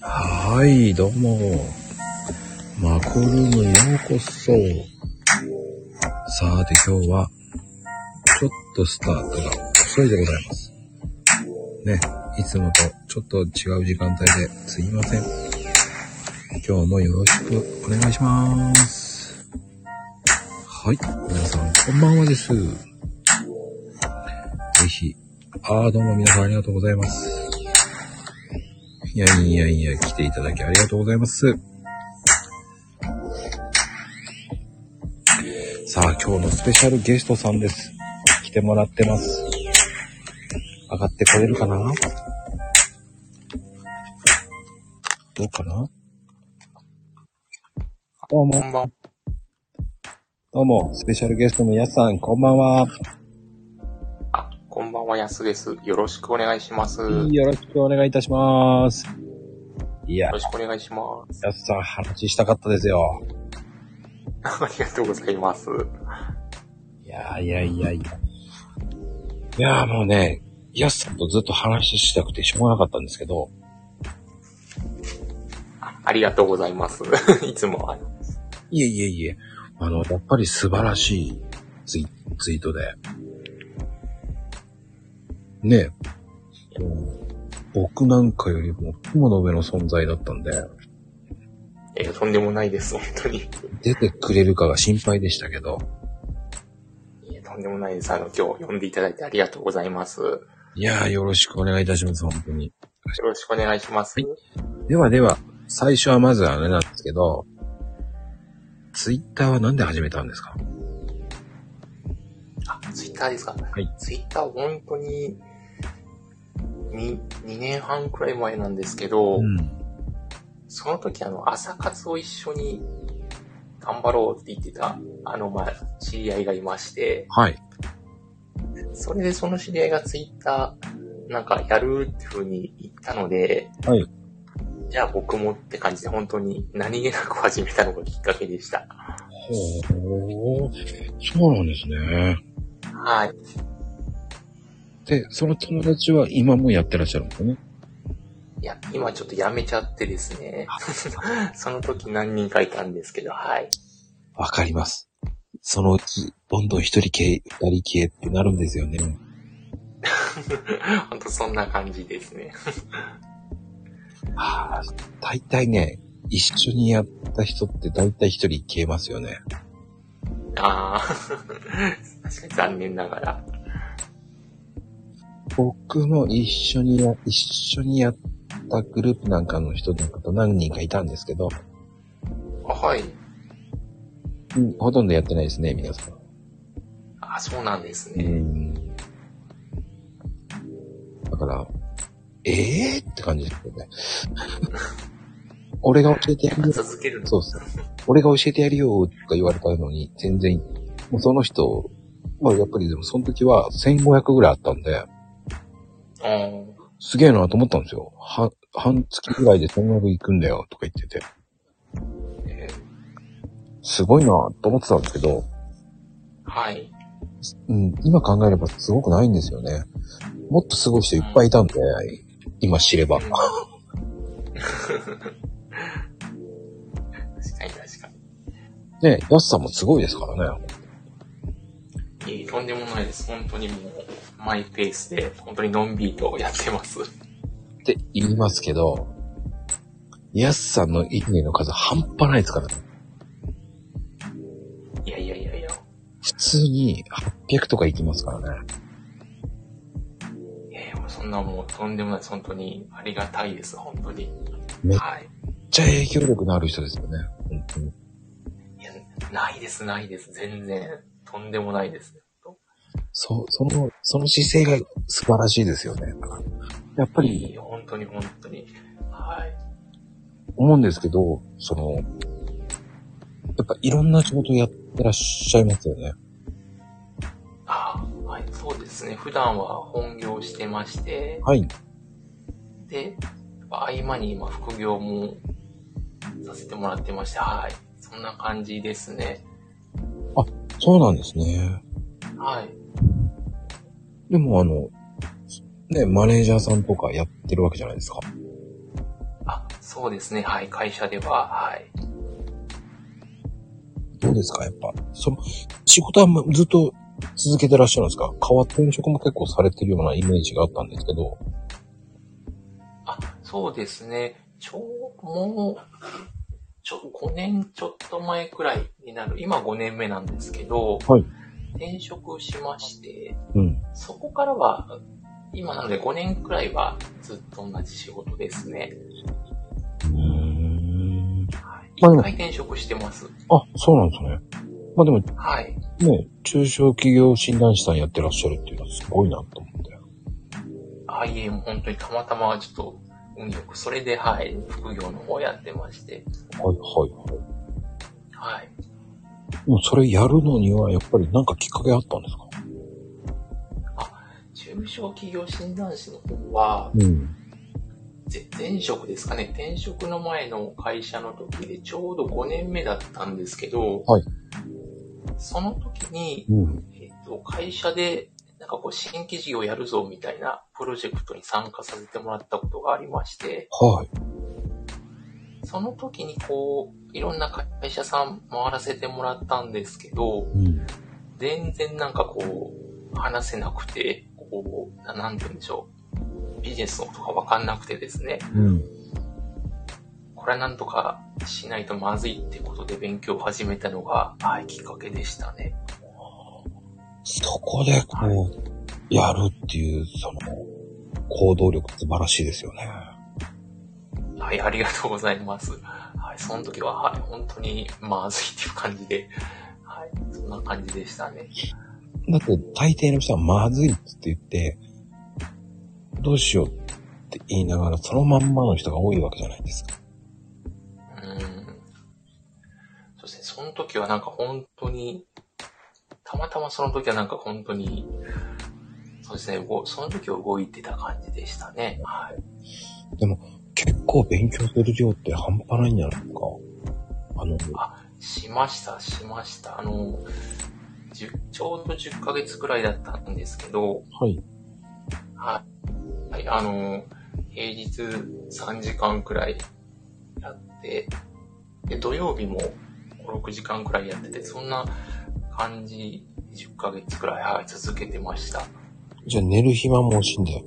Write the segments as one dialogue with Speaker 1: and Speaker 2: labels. Speaker 1: はい、どうも。マコルームへようこそ。さて今日は、ちょっとスタートが遅いでございます。ね、いつもとちょっと違う時間帯ですいません。今日もよろしくお願いします。はい、皆さんこんばんはです。ぜひ、あーどうも皆さんありがとうございます。いやいやいや、来ていただきありがとうございます。さあ、今日のスペシャルゲストさんです。来てもらってます。上がってこれるかなどうかなどうも
Speaker 2: こ、んばん。
Speaker 1: どうも、スペシャルゲストのやすさん、こんばんは。
Speaker 2: あ、こんばんは、やすです。よろしくお願いします。よ
Speaker 1: よろしくお願いいたします。いや、
Speaker 2: ろしくお願いします。
Speaker 1: やすさん、話したかったですよ。
Speaker 2: ありがとうございます。
Speaker 1: いやいやいやいや。いやーもうね、ヤスさんとずっと話したくてしょうがなかったんですけど、
Speaker 2: ありがとうございます。 いつもは。
Speaker 1: いえいえいえ、あの、やっぱり素晴らしいツイツイートで。ねえ、うん僕なんかよりも雲の上の存在だったんで、
Speaker 2: えーとんでもないです、本当に。
Speaker 1: 出てくれるかが心配でしたけど、
Speaker 2: いやとんでもないです。あの、今日呼んでいただいてありがとうございます。よ
Speaker 1: いやーよろしくお願いいたします、本当に。
Speaker 2: ろしくお願いします。
Speaker 1: はいではでは、最初はまずあれなんですけど、ツイッターはなんで始めたんですか。
Speaker 2: あ、ツイッターですかはいツイッター本当に、に、2年半くらい前なんですけど、
Speaker 1: ん。
Speaker 2: その時あの、朝活を一緒に頑張ろうって言ってた、あの、まあ、知り合いがいまして、
Speaker 1: はい。
Speaker 2: それでその知り合いがツイッターなんかやるっていう風に言ったので、
Speaker 1: はい
Speaker 2: じゃあ僕もって感じで本当に何気なく始めたのがきっかけでした。
Speaker 1: ほう。そうなんですね。
Speaker 2: はい。
Speaker 1: で、その友達は今もやってらっしゃるんですよね。
Speaker 2: いや、今ちょっとやめちゃってですね。 その時何人かいたんですけど、はい。
Speaker 1: わかります。そのうち、どんどん一人消え、二人消えってなるんですよね。
Speaker 2: 本当そんな感じですね。
Speaker 1: はあ、大体ね、一緒にやった人って大体一人消えますよね。
Speaker 2: ああ、確かに残念ながら。
Speaker 1: 僕も一緒にや、一緒にやったグループなんかの人なんかと何人かいたんですけど、
Speaker 2: あはい。
Speaker 1: うんほとんどやってないですね、皆さん。
Speaker 2: あそうなんです
Speaker 1: う
Speaker 2: ね。
Speaker 1: ん。だから、ええー、って感じですよね。俺が教えてやるよ。
Speaker 2: 続けるの。
Speaker 1: そうそう。俺が教えてやるよとか言われたのに、全然、もうその人、まあやっぱりでもその時は1500ぐらいあったんで、
Speaker 2: うん
Speaker 1: すげえなと思ったんですよ。は、半月ぐらいで1500行くんだよとか言ってて、
Speaker 2: えー
Speaker 1: すごいなと思ってたんですけど、
Speaker 2: はい。
Speaker 1: うん、今考えればすごくないんですよね。もっとすごい人いっぱいいたんで、今知れば。
Speaker 2: 確かに確か
Speaker 1: ね、ヤスさんもすごいですからね。
Speaker 2: に。いい、とんでもないです。本当にもう、マイペースで、本当にのんびりとやってます。
Speaker 1: って言いますけど、ヤスさんのいいねの数半端ないですからね。
Speaker 2: いやいやいやいや。
Speaker 1: 普通に800とかいきますからね。
Speaker 2: えー、そんなもう、とんでもないです。本当に、ありがたいです。本当に。
Speaker 1: ね
Speaker 2: はい。
Speaker 1: めっちゃ影響力のある人ですよね。本当に。
Speaker 2: いや、ないです、ないです。全然、とんでもないです。
Speaker 1: そ、その、その姿勢が素晴らしいですよね。やっぱり
Speaker 2: いい、本当に本当に。はい。
Speaker 1: 思うんですけど、その、やっぱいろんな仕事やってらっしゃいますよね。
Speaker 2: あーはい、そうですね。普段は本業してまして、
Speaker 1: はい。
Speaker 2: で、合間に今副業もさせてもらってまして、はい。そんな感じですね。
Speaker 1: そうなんですね。
Speaker 2: はい。
Speaker 1: でもあの、ね、マネージャーさんとかやってるわけじゃないですか。
Speaker 2: あ、そうですね。はい。会社では、はい。
Speaker 1: どうですかやっぱ。その、仕事はまずっと続けてらっしゃるんですか変わった転職も結構されてるようなイメージがあったんですけど。
Speaker 2: あ、そうですね。ちょう、もう、ちょ、5年ちょっと前くらいになる。今5年目なんですけど、
Speaker 1: はい
Speaker 2: 転職しまして、
Speaker 1: うん。
Speaker 2: そこからは、今なので5年くらいはずっと同じ仕事ですね。
Speaker 1: うん。
Speaker 2: はい。
Speaker 1: まあで
Speaker 2: 一
Speaker 1: も
Speaker 2: 回転職してます。
Speaker 1: あ、そうなんですね。まあでも
Speaker 2: はい。
Speaker 1: ね、中小企業診断士さんやってらっしゃるっていうのはすごいなと思って。
Speaker 2: あいえ、もう本当にたまたまちょっと運よく、それで、はい、副業の方やってまして、
Speaker 1: はいはいは
Speaker 2: はい。
Speaker 1: い。もうそれやるのにはやっぱりなんかきっかけあったんですか
Speaker 2: 中小企業診断士の方は、
Speaker 1: うん。
Speaker 2: ぜ前職ですかね、転職の前の会社の時でちょうど5年目だったんですけど、
Speaker 1: はい
Speaker 2: その時に、
Speaker 1: うん。
Speaker 2: えっと、会社で、なんかこう、新規事業やるぞみたいなプロジェクトに参加させてもらったことがありまして、
Speaker 1: はい。
Speaker 2: その時にこう、いろんな会社さん回らせてもらったんですけど、
Speaker 1: うん。
Speaker 2: 全然なんかこう、話せなくて、こう、ななんて言うんでしょう。ビジネスのことがわかんなくてですね、
Speaker 1: うん。
Speaker 2: これはなんとかしないとまずいってことで勉強を始めたのが、はい、きっかけでしたね。
Speaker 1: そこでこう、やるっていう、その、行動力素晴らしいですよね。
Speaker 2: はい、ありがとうございます。はい、その時は、はい、本当にまずいっていう感じで、はい、そんな感じでしたね。
Speaker 1: だって大抵の人はまずいっつって言って、どうしようって言いながら、そのまんまの人が多いわけじゃないですか。
Speaker 2: うん。そして、その時はなんか本当に、たまたまその時はなんか本当に、そうですね、動その時は動いてた感じでしたね。はい。
Speaker 1: 結構勉強する量って半端ないんじゃないですか。あの、
Speaker 2: しました、しました。あの、じゅちょうど10ヶ月くらいだったんですけど、
Speaker 1: はい。
Speaker 2: はい。はい、あの、平日3時間くらいやって、で、土曜日も5、6時間くらいやってて、そんな感じ、10ヶ月くらい、はい、続けてました。
Speaker 1: じゃあ寝る暇も惜しんで。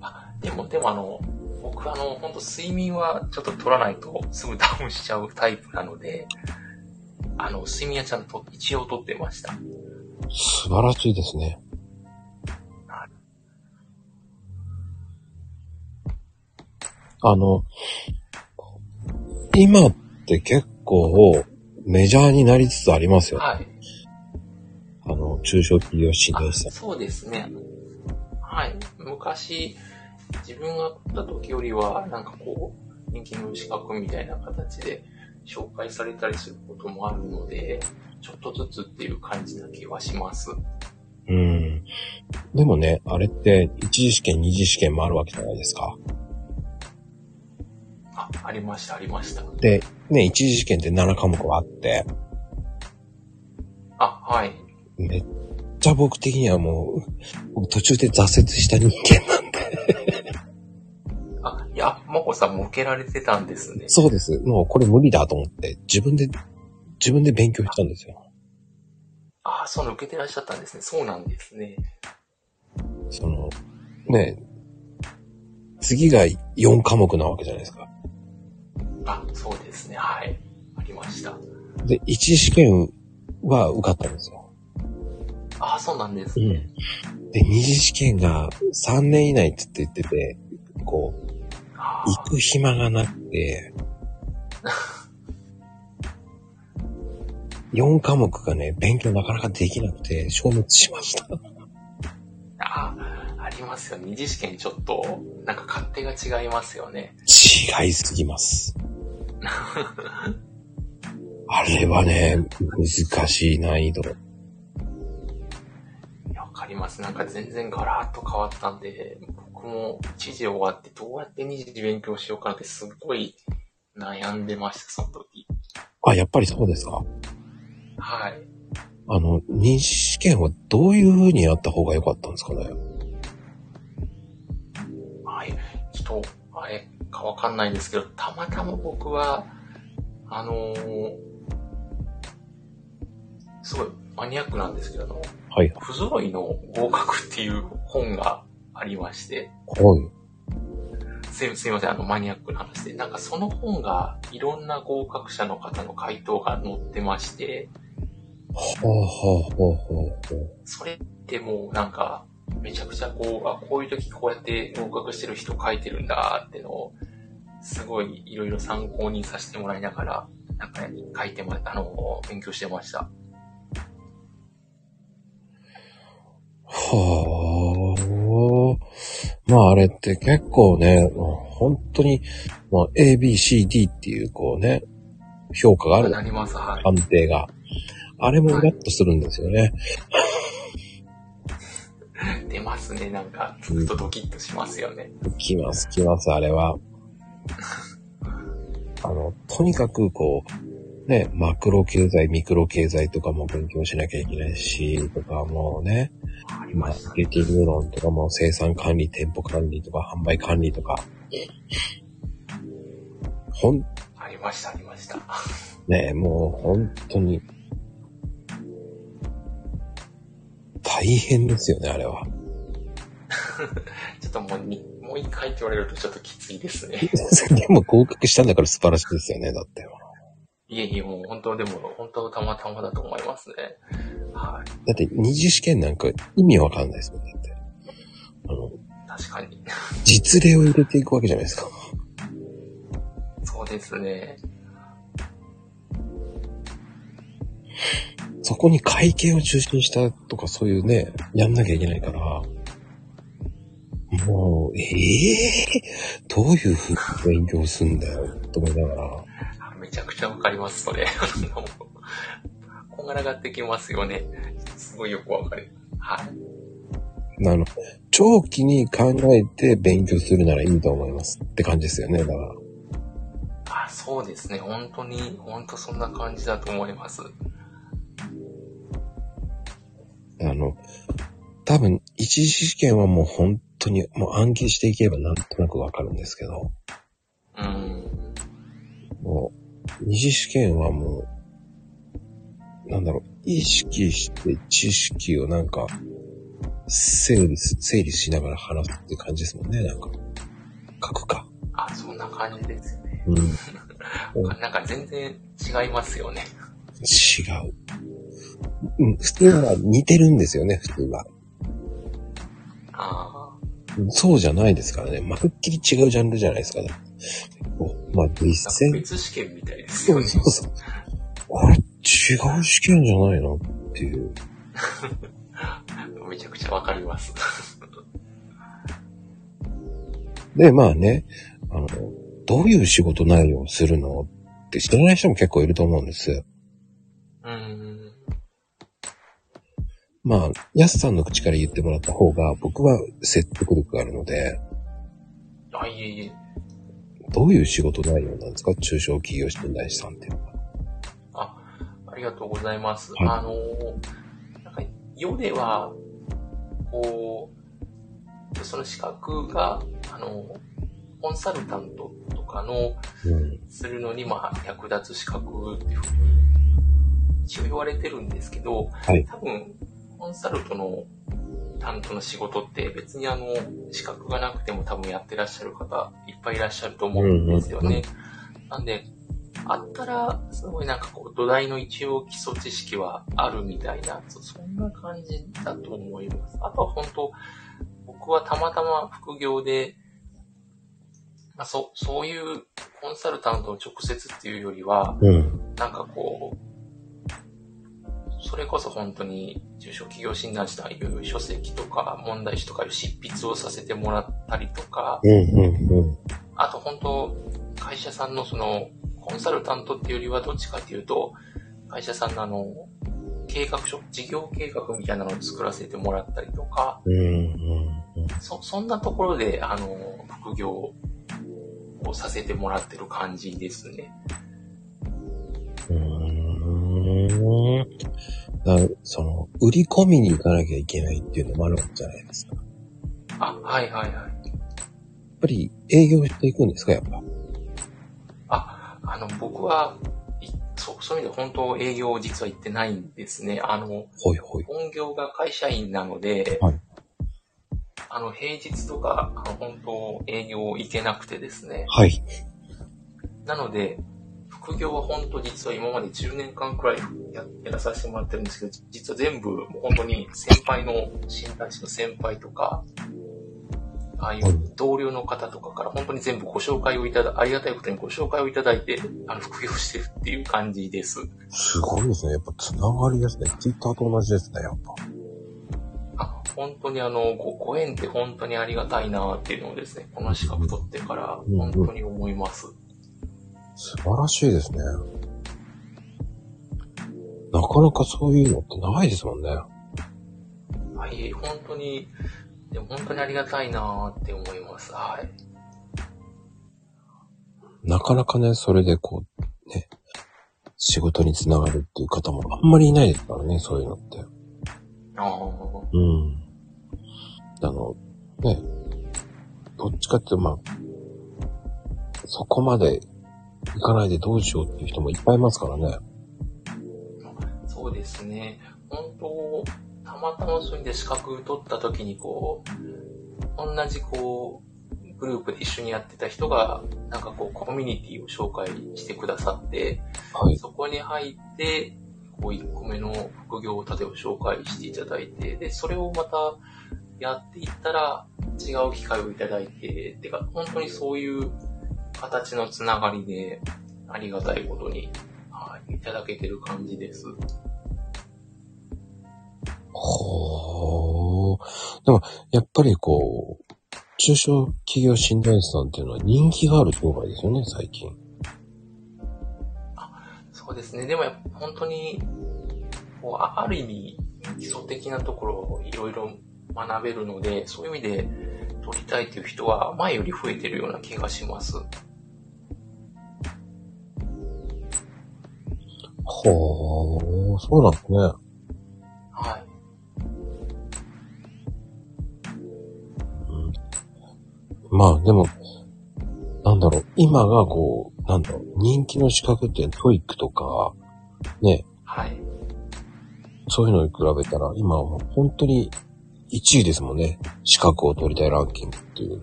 Speaker 2: あでも、でもあの、僕あの、本当睡眠はちょっと取らないとすぐダウンしちゃうタイプなので、あの、睡眠はちゃんと一応取ってました。
Speaker 1: 素晴らしいですね。あの、今って結構メジャーになりつつありますよ。
Speaker 2: はい。
Speaker 1: あの、中小企業診
Speaker 2: あ
Speaker 1: 断士さん。
Speaker 2: そうですね。はい。昔、自分が取った時よりは、なんかこう、人気の資格みたいな形で紹介されたりすることもあるので、ちょっとずつっていう感じな気はします。
Speaker 1: うん。でもね、あれって一次試験、二次試験もあるわけじゃないですか。
Speaker 2: あ、ありました、ありました。
Speaker 1: で、ね、一次試験って7科目あって、
Speaker 2: あ、はい。
Speaker 1: めっちゃ僕的にはもう、僕途中で挫折した人間なんで。
Speaker 2: あ、いや、まこさんも受けられてたんですね。
Speaker 1: そうです。もうこれ無理だと思って、自分で、自分で勉強したんですよ。
Speaker 2: あ、その受けてらっしゃったんですね。そうなんですね。
Speaker 1: その、ね、次が4科目なわけじゃないですか。
Speaker 2: あ、そうですね。はい。ありました。
Speaker 1: で、一次試験は受かったんですよ。
Speaker 2: あ、そうなんですね。
Speaker 1: うん。で、二次試験が3年以内って言ってて、こう、
Speaker 2: あ
Speaker 1: 行く暇がなく て、4科目がね、勉強なかなかできなくて、消滅しました。
Speaker 2: あ、ありますよ。二次試験ちょっと、なんか勝手が違いますよね。
Speaker 1: 違いすぎ ます。あれはね、難しい難易度。
Speaker 2: いやわかります。なんか全然ガラッと変わったんで、僕も一時終わってどうやって二次勉強しようかなってすっごい悩んでました、その時。
Speaker 1: あ、やっぱりそうですか。
Speaker 2: はい。
Speaker 1: あの、認識試験はどういう風にやった方が良かったんですかね。
Speaker 2: はい。ちょっと、あれ、かわかんないですけど、たまたま僕は、あのーすごいマニアックなんですけど、あの、
Speaker 1: はい。
Speaker 2: 不揃いの合格っていう本がありまして、
Speaker 1: はい。
Speaker 2: すいすいません、あの、マニアックな話で、なんかその本がいろんな合格者の方の回答が載ってまして、
Speaker 1: はあ、はあ、はあ、はあ。
Speaker 2: それってもうなんか、めちゃくちゃこう、あ、こういう時こうやって合格してる人書いてるんだってのを、すごいいろいろ参考にさせてもらいながら、なんか書いてま、あの、勉強してました。
Speaker 1: はあ。まああれって結構ね、本当に、まあ、A, B, C, D っていうこうね、評価がある
Speaker 2: なります、はい。
Speaker 1: 判定が。あれもイラッとするんですよね。
Speaker 2: 出ますね、なんか、ずっとドキッとしますよね。
Speaker 1: 来ます、来ます、あれは。あの、とにかくこう、ね、マクロ経済、ミクロ経済とかも勉強しなきゃいけないし、とかもうね、
Speaker 2: あり
Speaker 1: マ
Speaker 2: ました
Speaker 1: ー
Speaker 2: ね。
Speaker 1: ケティング論とかも生産管理、店舗管理とか販売管理とか、ほん、
Speaker 2: ありました、ありました。
Speaker 1: ね、もう本当に、大変ですよね、あれは。
Speaker 2: ちょっともうに、もう一回って言われるとちょっときついですね。
Speaker 1: でも合格したんだから素晴らしいですよね、だって。
Speaker 2: いえいえ、もう本当でも、本当たまたまだと思いますね。はい。
Speaker 1: だって二次試験なんか意味わかんないですもん、だって。あの、
Speaker 2: 確かに。
Speaker 1: 実例を入れていくわけじゃないですか。
Speaker 2: そうですね。
Speaker 1: そこに会計を中心にしたとかそういうね、やんなきゃいけないから、もう、ええどういうふうに勉強すんだよ、と思いながら。
Speaker 2: あめちゃくちゃわかります、それ。 もうこんがらがってきますよね。すごいよくわかる。はい。
Speaker 1: あの、長期に考えて勉強するならいいと思いますって感じですよね、だから。
Speaker 2: あ、そうですね。本当に、本当そんな感じだと思います。
Speaker 1: あの、多分、一次試験はもう本当に、もう暗記していけばなんとなくわかるんですけど、
Speaker 2: うん。
Speaker 1: もう、二次試験はもう、なんだろう、意識して知識をなんか、整理す、整理しながら話すって感じですもんね、なんか。書くか。
Speaker 2: あ、そんな感じですよね。
Speaker 1: うん。違う。
Speaker 2: なんか全然違いますよね。
Speaker 1: うん、普通は似てるんですよね、普通は。
Speaker 2: ああ。
Speaker 1: そうじゃないですからね。まるっきり違うジャンルじゃないですかね。おまあ、
Speaker 2: な
Speaker 1: 実
Speaker 2: んか
Speaker 1: 践。
Speaker 2: 別試験みたいです
Speaker 1: そ
Speaker 2: よ
Speaker 1: う
Speaker 2: ね。
Speaker 1: そうそう。あれ、違う試験じゃないのっていう。
Speaker 2: めちゃくちゃわかります。
Speaker 1: で、まあね、あの、どういう仕事内容をするのって知らない人も結構いると思うんです。
Speaker 2: うん。
Speaker 1: まあ、ヤスさんの口から言ってもらった方が、僕は説得力があるので、
Speaker 2: あ、いえいえ。
Speaker 1: どういう仕事内容なんですか中小企業診断士さんっていうのは。
Speaker 2: ありがとうございます。
Speaker 1: はい
Speaker 2: あのー、なんか、世では、こう、その資格が、あのー、コンサルタントとかの、
Speaker 1: うん。
Speaker 2: するのに、まあ、役立つ資格っていうふうに、一応言われてるんですけど、
Speaker 1: い
Speaker 2: 多分、コンサルトの担当の仕事って、別にあの、資格がなくても多分やってらっしゃる方、いっぱいいらっしゃると思うんですよ
Speaker 1: うんうん
Speaker 2: ね。なんで、あったら、すごいなんかこう、土台の一応基礎知識はあるみたいな、そそんな感じだと思います。あとは本当、僕はたまたま副業で、まあ、そそういうコンサルタントの直接っていうよりは、
Speaker 1: うん。
Speaker 2: なんかこう、それこそ本当に中小企業診断士という書籍とか問題集とかいう執筆をさせてもらったりとか、
Speaker 1: うん、うん、うん。
Speaker 2: あと本当、会社さんのその、コンサルタントっていうよりはどっちかっていうと、会社さんのあの、計画書、事業計画みたいなのを作らせてもらったりとか、
Speaker 1: うん、うん、うん。
Speaker 2: そ、そんなところで、あの、副業をさせてもらってる感じですね。
Speaker 1: うーん。だその、売り込みに行かなきゃいけないっていうのもあるんじゃないですか。やっ
Speaker 2: あ、はいはいはい。
Speaker 1: ぱぱり営業していくんですか、やっぱ。
Speaker 2: あ、あの、僕は、いそう、そういう意味で本当営業実は行ってないんですね。あの、
Speaker 1: ほいほい。
Speaker 2: 本業が会社員なので、
Speaker 1: はい
Speaker 2: あの、平日とか、あの本当営業行けなくてですね。
Speaker 1: はい。
Speaker 2: なので、副業は本当実は今まで10年間くらいややらさせてもらってるんですけど、実は全部もう本当に先輩の、新体師の先輩とか、ああいう同僚の方とかから本当に全部ご紹介をいただ、ありがたいことにご紹介をいただいて、あの、副業してるっていう感じです。
Speaker 1: すごいですね。やっぱつながりですね。ツイッターと同じですね、やっぱ。
Speaker 2: あ本当にあの、ごご縁って本当にありがたいなっていうのをですね、この資格取ってから
Speaker 1: うん
Speaker 2: 本当に思います。
Speaker 1: 素晴らしいですね。なかなかそういうのってないですもんね。
Speaker 2: はい、本当に、でも本当にありがたいなって思います。はい。
Speaker 1: なかなかね、それでこう、ね、仕事につながるっていう方もあんまりいないですからね、そういうのって。
Speaker 2: ああ。
Speaker 1: うん。あの、ね、どっちかっていうと、まあ、そこまで行かないでどうしようっていう人もいっぱいいますからね。
Speaker 2: そうですね。本当、たまたまそういうんで資格取った時にこう、同じこう、グループで一緒にやってた人が、なんかこう、コミュニティを紹介してくださって、
Speaker 1: はい。
Speaker 2: そこに入って、こう、1個目の副業を例えば紹介していただいて、で、それをまたやっていったら、違う機会をいただいて、てか、本当にそういう形のつながりで、ありがたいことに、はい、いただけてる感じです。
Speaker 1: ほー。でも、やっぱりこう、中小企業診断士さんっていうのは人気がある商売ですよね、最近。
Speaker 2: そうですね。でもやっぱ本当に、こうあある意味、基礎的なところをいろいろ学べるので、そういう意味で取りたいという人は前より増えてるような気がします。
Speaker 1: ほー、そうなんですね。
Speaker 2: はい。
Speaker 1: まあでも、なんだろう、今がこう、なんだろう、人気の資格ってトイックとか、ね、
Speaker 2: はい。
Speaker 1: そういうのに比べたら、今はもう本当に1位ですもんね。資格を取りたいランキングっていう。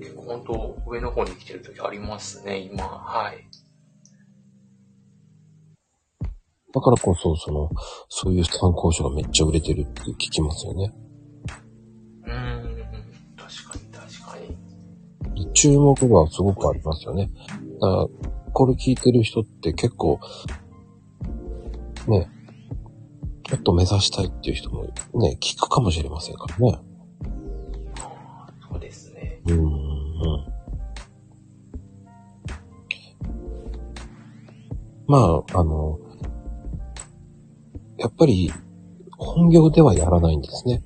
Speaker 2: 結構本当上の方に来てる時ありますね、今。はい。
Speaker 1: だからこそ、その、そういう参考書がめっちゃ売れてるって聞きますよね。
Speaker 2: うーん。確かに確かに。
Speaker 1: 注目がすごくありますよね。だからこれ聞いてる人って結構、ね、ちょっと目指したいっていう人もね、聞くかもしれませんからね。
Speaker 2: あーそうですね。
Speaker 1: うーんまあ、あの、やっぱり、本業ではやらないんですね。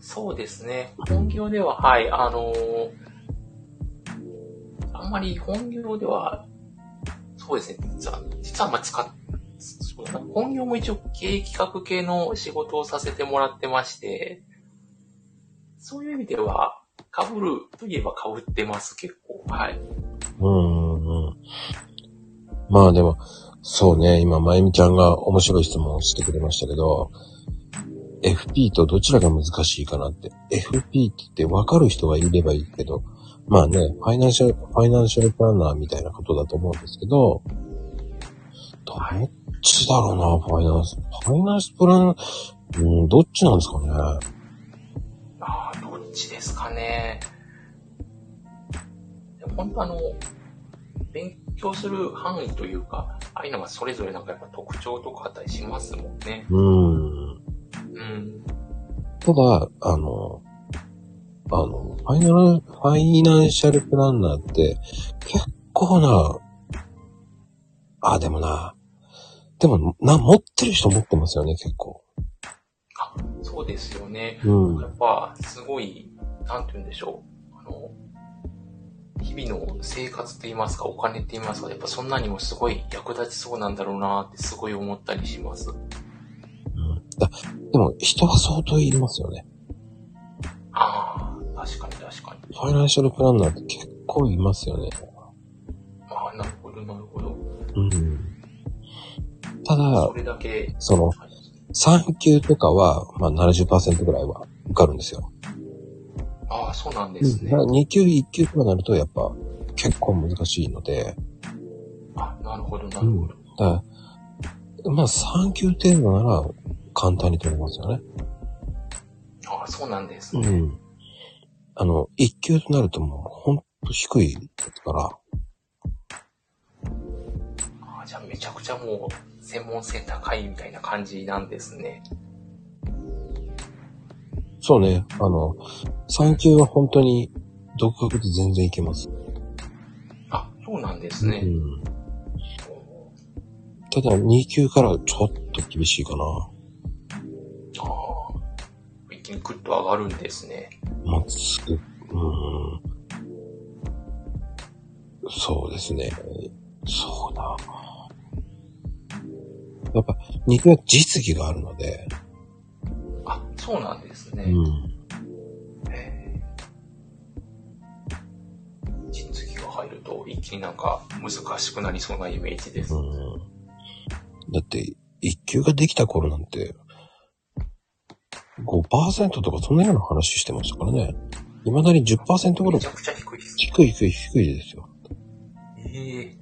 Speaker 2: そうですね。本業では、はい、あのーあんまり本業では、そうですね、実は、実はあんま使っ、そうだな本業も一応経営企画系の仕事をさせてもらってまして、そういう意味では、被るといえば被ってます、結構。はい。
Speaker 1: うーん。まあでも、そうね、今、まゆみちゃんが面白い質問をしてくれましたけど、FP とどちらが難しいかなって。FP って分かる人がいればいいけど、まあね、ファイナンシャル、ファイナンシャルプランナーみたいなことだと思うんですけど、どっちだろうな、ファイナンス。ファイナンスプラン、うん、どっちなんですかね。
Speaker 2: ああ、どっちですかね。でも本当あの、勉強する範囲というか、ああいうのがそれぞれなんかやっぱ特徴とかあったりしますもんね。
Speaker 1: うん。
Speaker 2: うん。
Speaker 1: ただ、あの、あの、ファイナル、ファイナンシャルプランナーって、結構な、あ、でもな、でも、な、持ってる人持ってますよね、結構。
Speaker 2: あ、そうですよね。
Speaker 1: うん
Speaker 2: やっぱ、すごい、なんて言うんでしょう。あの、日々の生活と言いますか、お金って言いますか、やっぱそんなにもすごい役立ちそうなんだろうなってすごい思ったりします。
Speaker 1: だでも、人は相当いりますよね。
Speaker 2: あ
Speaker 1: ファイナンシャルプランナーって結構いますよね。
Speaker 2: ああ、なるほど、なるほど。
Speaker 1: うん。ただ
Speaker 2: そ、れだけ、
Speaker 1: その、
Speaker 2: はい
Speaker 1: 産休とかは、まあ70%ぐらいは受かるんですよ。
Speaker 2: ああ、そうなんで
Speaker 1: う
Speaker 2: す
Speaker 1: ん
Speaker 2: ね。
Speaker 1: だから2級、1級とかなるとやっぱ結構難しいので、
Speaker 2: あなるほど、なるほど。
Speaker 1: だからまあ3級程度なら簡単に取れますよね。
Speaker 2: ああ、そうなんです
Speaker 1: う
Speaker 2: ね。
Speaker 1: ん。あの、1級となるともうほんと低いから、
Speaker 2: ああじゃあ、めちゃくちゃもう、専門性高いみたいな感じなんですね。
Speaker 1: そうね、あの、3級は本当に独学で全然いけます。
Speaker 2: あ、そうなんですね。
Speaker 1: うん。ただ2級からはちょっと厳しいかな。
Speaker 2: ああ、一気にグッと上がるんですね。
Speaker 1: まあ、すぐ、うん。そうですね。そうだ。やっぱ、2級は実技があるので、
Speaker 2: あ、そうなんですね。
Speaker 1: うん。
Speaker 2: えー実技が入ると一気になんか難しくなりそうなイメージです。
Speaker 1: うん。だって、1級ができた頃なんて、5%とかそんなような話してましたからね。未だに10%ぐら
Speaker 2: め
Speaker 1: い
Speaker 2: ちゃくちゃ低いです。
Speaker 1: 低い低い低いですよ。
Speaker 2: ええ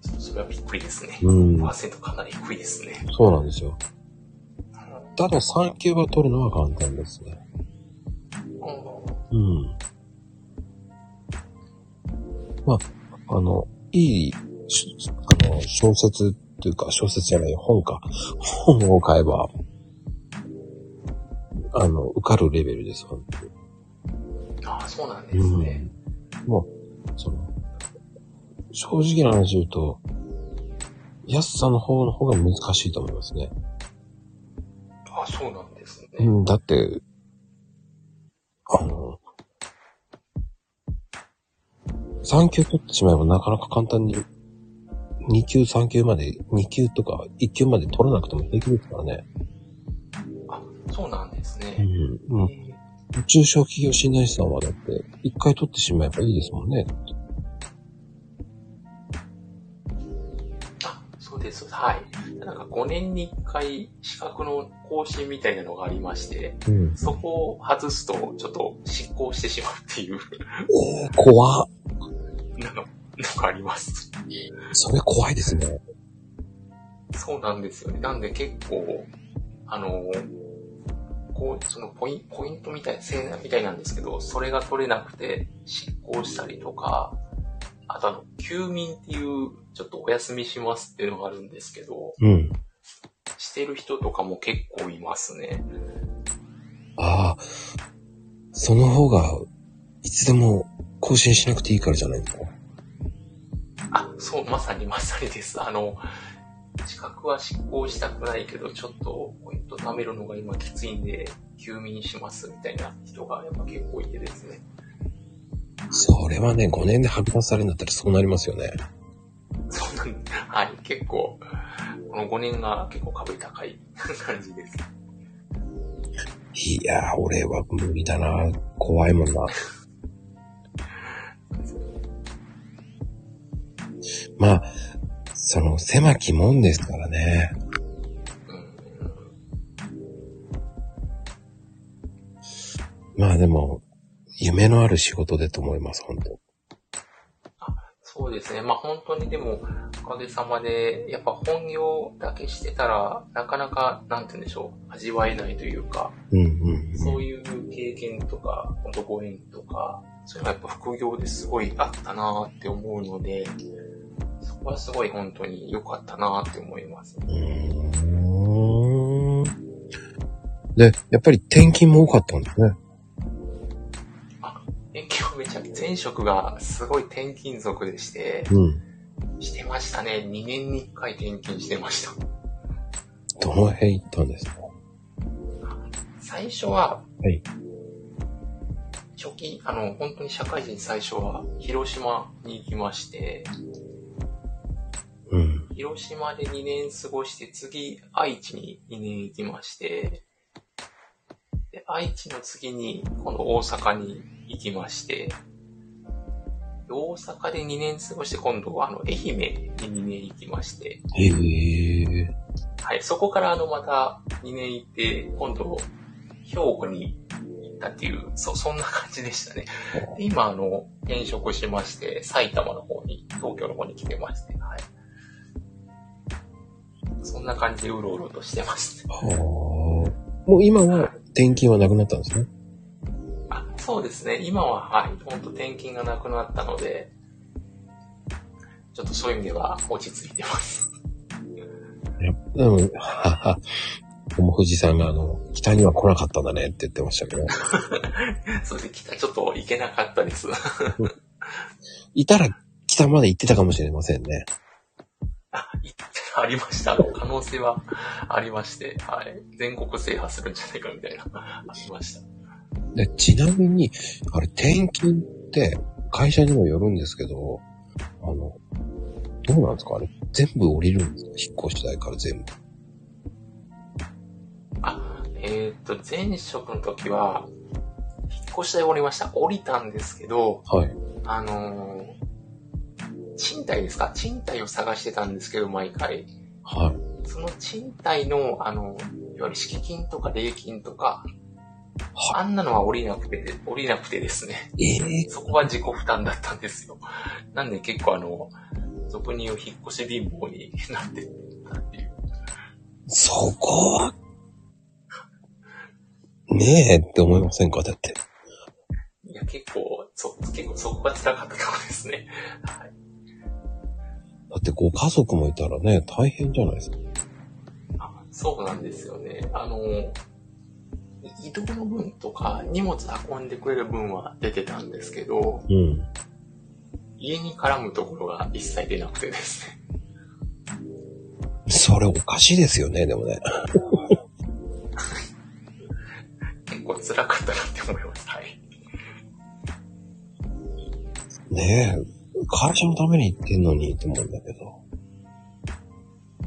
Speaker 2: そそれはびっくりですね。
Speaker 1: うん
Speaker 2: パーセントかなり低いですね。
Speaker 1: そうなんですよ。ただ3級は取るのは簡単ですね。
Speaker 2: うん
Speaker 1: うん。まあ、あの、いい、しあの、小説っていうか、小説じゃない、本か。本を買えば、あの、受かるレベルです、本当に
Speaker 2: ああ、そうなんですね。
Speaker 1: うん。もう、その、正直な話言うと、安さの方の方が難しいと思いますね。
Speaker 2: ああ、そうなんですね。
Speaker 1: うん、だって、あの、3級取ってしまえばなかなか簡単に、2級、3級まで、2級とか1級まで取らなくても平気ですからね。
Speaker 2: あ、そうなんです
Speaker 1: うん。
Speaker 2: ね。え
Speaker 1: うん。
Speaker 2: え
Speaker 1: 中小企業診断士さんはだって、1回取ってしまえばいいですもんね。
Speaker 2: あ、そうです。はい。なんか5年に1回資格の更新みたいなのがありまして、
Speaker 1: うん。
Speaker 2: そこを外すとちょっと失効してしまうっていう
Speaker 1: えー、怖っ
Speaker 2: なの、なんかあります。
Speaker 1: それ怖いですね。
Speaker 2: そうなんですよね。なんで結構、あの、こう、そのポインポイントみたい、せみたいなんですけど、それが取れなくて失効したりとか、あとあの、休眠っていう、ちょっとお休みしますっていうのがあるんですけど、
Speaker 1: うん。
Speaker 2: してる人とかも結構いますね。
Speaker 1: ああ、その方が、いつでも更新しなくていいからじゃないですか。
Speaker 2: あ、そう、まさにまさにです。あの、資格は執行したくないけど、ちょっとポイント貯めるのが今きついんで、休眠しますみたいな人がやっぱ結構いてですね。
Speaker 1: それはね、5年で吐き出されるんだったらそうなりますよね。
Speaker 2: そうなんで、はい、結構、この5年が結構壁高い感じです。
Speaker 1: いやー、俺は無理だな。怖いもんな。 まあ、その、狭きもんですからね。
Speaker 2: うん、
Speaker 1: まあでも、夢のある仕事でと思います、本当
Speaker 2: そうですね。まあ本当にでも、おかげさまで、やっぱ本業だけしてたら、なかなか、なんて言うんでしょう、味わえないというか、
Speaker 1: うんうん、
Speaker 2: そう
Speaker 1: う
Speaker 2: いう経験とか、本当ご縁とか、それがやっぱ副業ですごいあったなーって思うので、そこはすごい本当に良かったなーって思います。
Speaker 1: ん。うーん。で、やっぱり転勤も多かったんですね。
Speaker 2: え、今日めちゃくちゃ前職がすごい転勤族でして、
Speaker 1: うん。
Speaker 2: してましたね。2年に1回転勤してました。
Speaker 1: どの辺行ったんですか
Speaker 2: 最初は、
Speaker 1: はい
Speaker 2: 初期、あの、本当に社会人最初は広島に行きまして、
Speaker 1: うん。
Speaker 2: 広島で2年過ごして、次、愛知に2年行きまして、で、愛知の次に、この大阪に行きまして、大阪で2年過ごして、今度はあの、愛媛に2年行きまして、
Speaker 1: へえ。
Speaker 2: はい、そこからあの、また2年行って、今度、兵庫に行ったっていう、そ、そんな感じでしたね。で今、あの、転職しまして、埼玉の方に、東京の方に来てまして、はい。そんな感じでうろうろとしてます。
Speaker 1: はあ。もう今は転勤はなくなったんですね。
Speaker 2: あ、そうですね。今は、はい、ほんと転勤がなくなったので、ちょっとそういう意味では落ち着いてます。
Speaker 1: いや、でも、はは。友藤さんがあの、北には来なかったんだねって言ってましたけど、
Speaker 2: そうですね。北ちょっと行けなかったです。
Speaker 1: いたら北まで行ってたかもしれませんね。
Speaker 2: あ、行ったら ありました。あの可能性はありまして、はい。全国制覇するんじゃないかみたいな、ありました。
Speaker 1: で、ちなみに、あれ、転勤って会社にもよるんですけど、あの、どうなんですかあれ、全部降りるんですか引っ越し代から全部。
Speaker 2: あ、えーっと、前職の時は、引っ越しで降りました。降りたんですけど、
Speaker 1: はい。
Speaker 2: あのー賃貸ですか賃貸を探してたんですけど、毎回。
Speaker 1: はい。
Speaker 2: その賃貸の、あの、いわゆる敷金とか礼金とか、あんなのは降りなくて、降りなくてですね。
Speaker 1: ええ
Speaker 2: そこは自己負担だったんですよ。なんで結構あの、俗に言う引っ越し貧乏になってたっていう。
Speaker 1: そこは、ねえって思いませんかだって。
Speaker 2: いや、結構、そ、結構そこが辛かったところですね。はい。
Speaker 1: だってご家族もいたらね、大変じゃないですか。
Speaker 2: あそうなんですよね。あの、移動の分とか荷物運んでくれる分は出てたんですけど、
Speaker 1: うん。
Speaker 2: 家に絡むところが一切出なくてですね。
Speaker 1: それおかしいですよね、でもね。
Speaker 2: 結構辛かったなって思います。はい。
Speaker 1: ねえ、会社のために行ってんのにって思うんだけど。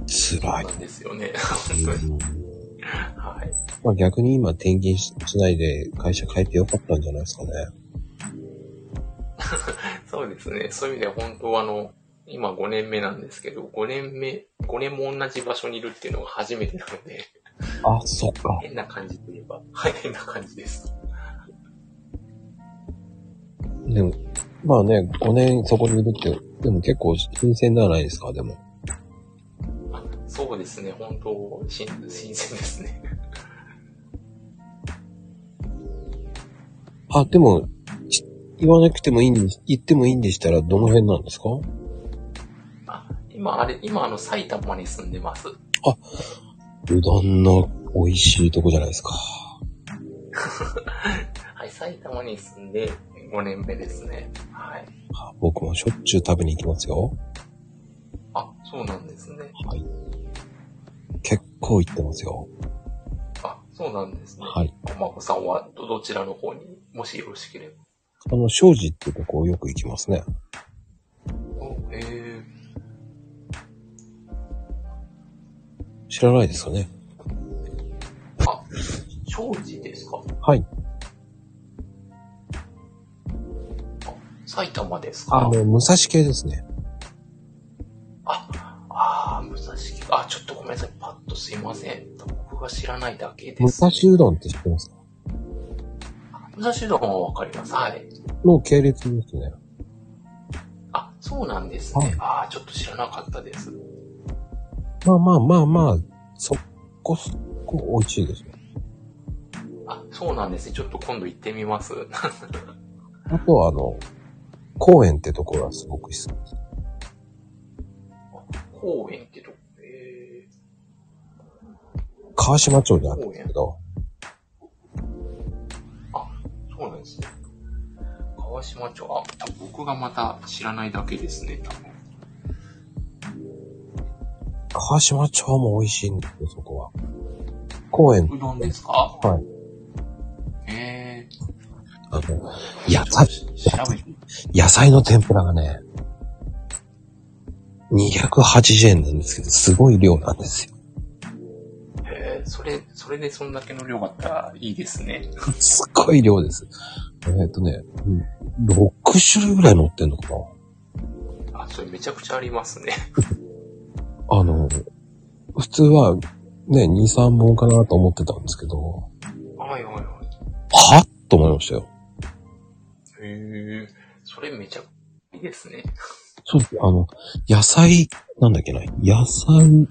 Speaker 1: 辛い
Speaker 2: そう。なんですよね。 本当に。はい。
Speaker 1: まあ、逆に今転勤しないで会社変えてよかったんじゃないですかね。
Speaker 2: そうですね。そういう意味では本当あの、今5年目なんですけど、5年目、5年も同じ場所にいるっていうのが初めてなので、
Speaker 1: あ、そっか。
Speaker 2: 変な感じといえば、はい、変な感じです。
Speaker 1: でも、まあね、5年そこにいるって、でも結構新鮮ではないですか、でも。
Speaker 2: あそうですね。本当新、新鮮ですね。
Speaker 1: あ、でも、し言わなくてもいいん、言ってもいいんでしたらどの辺なんですか
Speaker 2: あ、今あれ、今あの埼玉に住んでます。
Speaker 1: うどんの美味しいとこじゃないですか。
Speaker 2: はい、埼玉に住んで5年目ですね。はい。
Speaker 1: 僕もしょっちゅう食べに行きますよ。
Speaker 2: あ、そうなんですね。
Speaker 1: はい。結構行ってますよ。
Speaker 2: あ、そうなんですね。
Speaker 1: はい。
Speaker 2: お孫さんはどどちらの方に、もしよろしければ。
Speaker 1: あの、庄司ってとこよく行きますね。
Speaker 2: ええ
Speaker 1: 知らないですかね。
Speaker 2: あ、庄司ですか
Speaker 1: はい。
Speaker 2: 埼玉です
Speaker 1: あ
Speaker 2: か
Speaker 1: の、武蔵系ですね。
Speaker 2: あ、あー、武蔵木。あ、ちょっとごめんなさい。パッとすいません。僕が知らないだけで
Speaker 1: 武
Speaker 2: す。
Speaker 1: 蔵うどんって知ってますか
Speaker 2: 武蔵うどんはわかります。はい。
Speaker 1: の系列ですね。
Speaker 2: あ、そうなんですね。あー、ちょっと知らなかったです。
Speaker 1: まあまあまあまあ、そこそこ美味しいですよ。
Speaker 2: あ、そうなんですね。ちょっと今度行ってみます。
Speaker 1: あとはあの、公園ってところはすごく好きです。
Speaker 2: 公園ってとこ、え
Speaker 1: 川島町にあるんですけど、
Speaker 2: ー、そうなんですね。川島町、あ、多分僕がまた知らないだけですね、多分。
Speaker 1: 川島町も美味しいんですよ、そこは。公園、。
Speaker 2: うどんですかはいえ
Speaker 1: あの、
Speaker 2: ー、
Speaker 1: やさ
Speaker 2: 調べて。
Speaker 1: 野菜の天ぷらがね、 280円なんですけど、すごい量なんですよ。
Speaker 2: えーそれ、それでそんだけの量があったらいいですね。
Speaker 1: すっごい量です。えっ、とね、6種類ぐらい乗ってんのかな
Speaker 2: あ、それめちゃくちゃありますね。
Speaker 1: あの、普通はね、2、3本かなと思ってたんですけど、
Speaker 2: はいはいはい。
Speaker 1: はっと思いましたよ。
Speaker 2: へえ、それめちゃくちゃいいですね。
Speaker 1: そうです。あの、野菜、なんだっけな、野菜、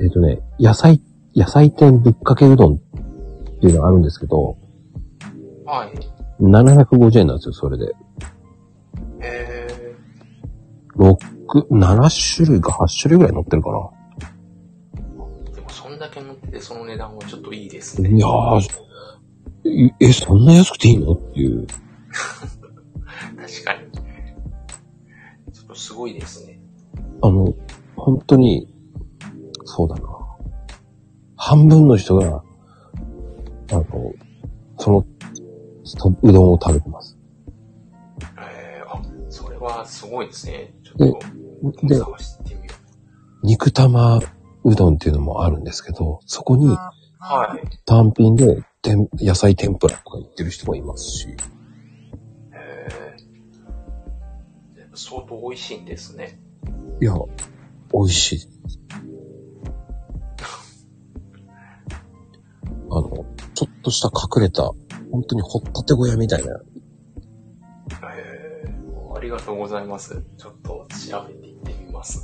Speaker 1: えっ、とね、野菜、野菜店ぶっかけうどんっていうのがあるんですけど、
Speaker 2: はい。
Speaker 1: 750円なんですよ、それで。
Speaker 2: え
Speaker 1: 6、7種類か8種類ぐらい乗ってるかな。
Speaker 2: ー、でもそんだけ乗っててその値段はちょっといいですね。
Speaker 1: いやー、え、そんな安くていいのっていう。
Speaker 2: 確かに。ちょっとすごいですね。
Speaker 1: あの、本当に、そうだな。半分の人が、あの、その、そのうどんを食べてます。
Speaker 2: えー、あ、それはすごいですね。ちょっと、
Speaker 1: で、
Speaker 2: 探してみよう。
Speaker 1: 肉玉うどんっていうのもあるんですけど、そこに
Speaker 2: はい。
Speaker 1: 単品で天野菜天ぷらとか言ってる人もいますし、
Speaker 2: えー、相当美味しいんですね。
Speaker 1: いや、美味しい。あの、ちょっとした隠れた、本当にほったて小屋みたいな
Speaker 2: えー、ありがとうございます。ちょっと調べていってみます。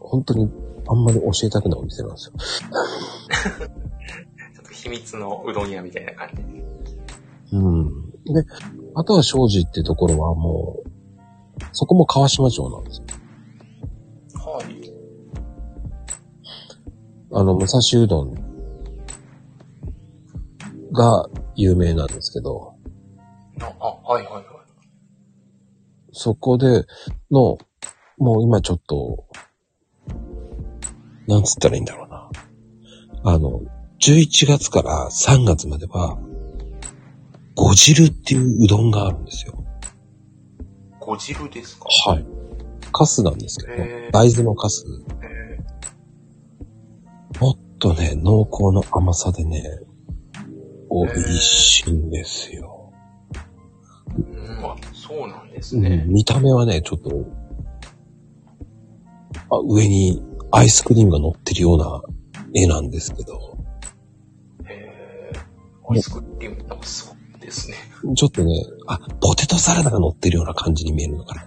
Speaker 1: 本当にあんまり教えたくないお店なんですよ。
Speaker 2: ちょっと秘密のうどん屋みたいな感じで。
Speaker 1: うん。で、あとは庄司ってところはもう、そこも川島町なんですよ。
Speaker 2: はい。
Speaker 1: あの、武蔵うどんが有名なんですけど、
Speaker 2: あ、あはいはいはい。
Speaker 1: そこでの、もう今ちょっと、なんつったらいいんだろうな。あの、11月から3月までは、ご汁っていううどんがあるんですよ。
Speaker 2: ご汁ですか
Speaker 1: はい。カスなんですけど、
Speaker 2: へー
Speaker 1: 大豆のカス。もっとね、濃厚の甘さでね、美味しいんですよ。
Speaker 2: うん、あ、そうなんです
Speaker 1: ね
Speaker 2: ね。
Speaker 1: 見た目はね、ちょっと、あ上にアイスクリームが乗ってるような絵なんですけど、
Speaker 2: へーアイスクリーム、なんかすごいですね。
Speaker 1: ちょっとね、あ、ポテトサラダが乗ってるような感じに見えるのかな。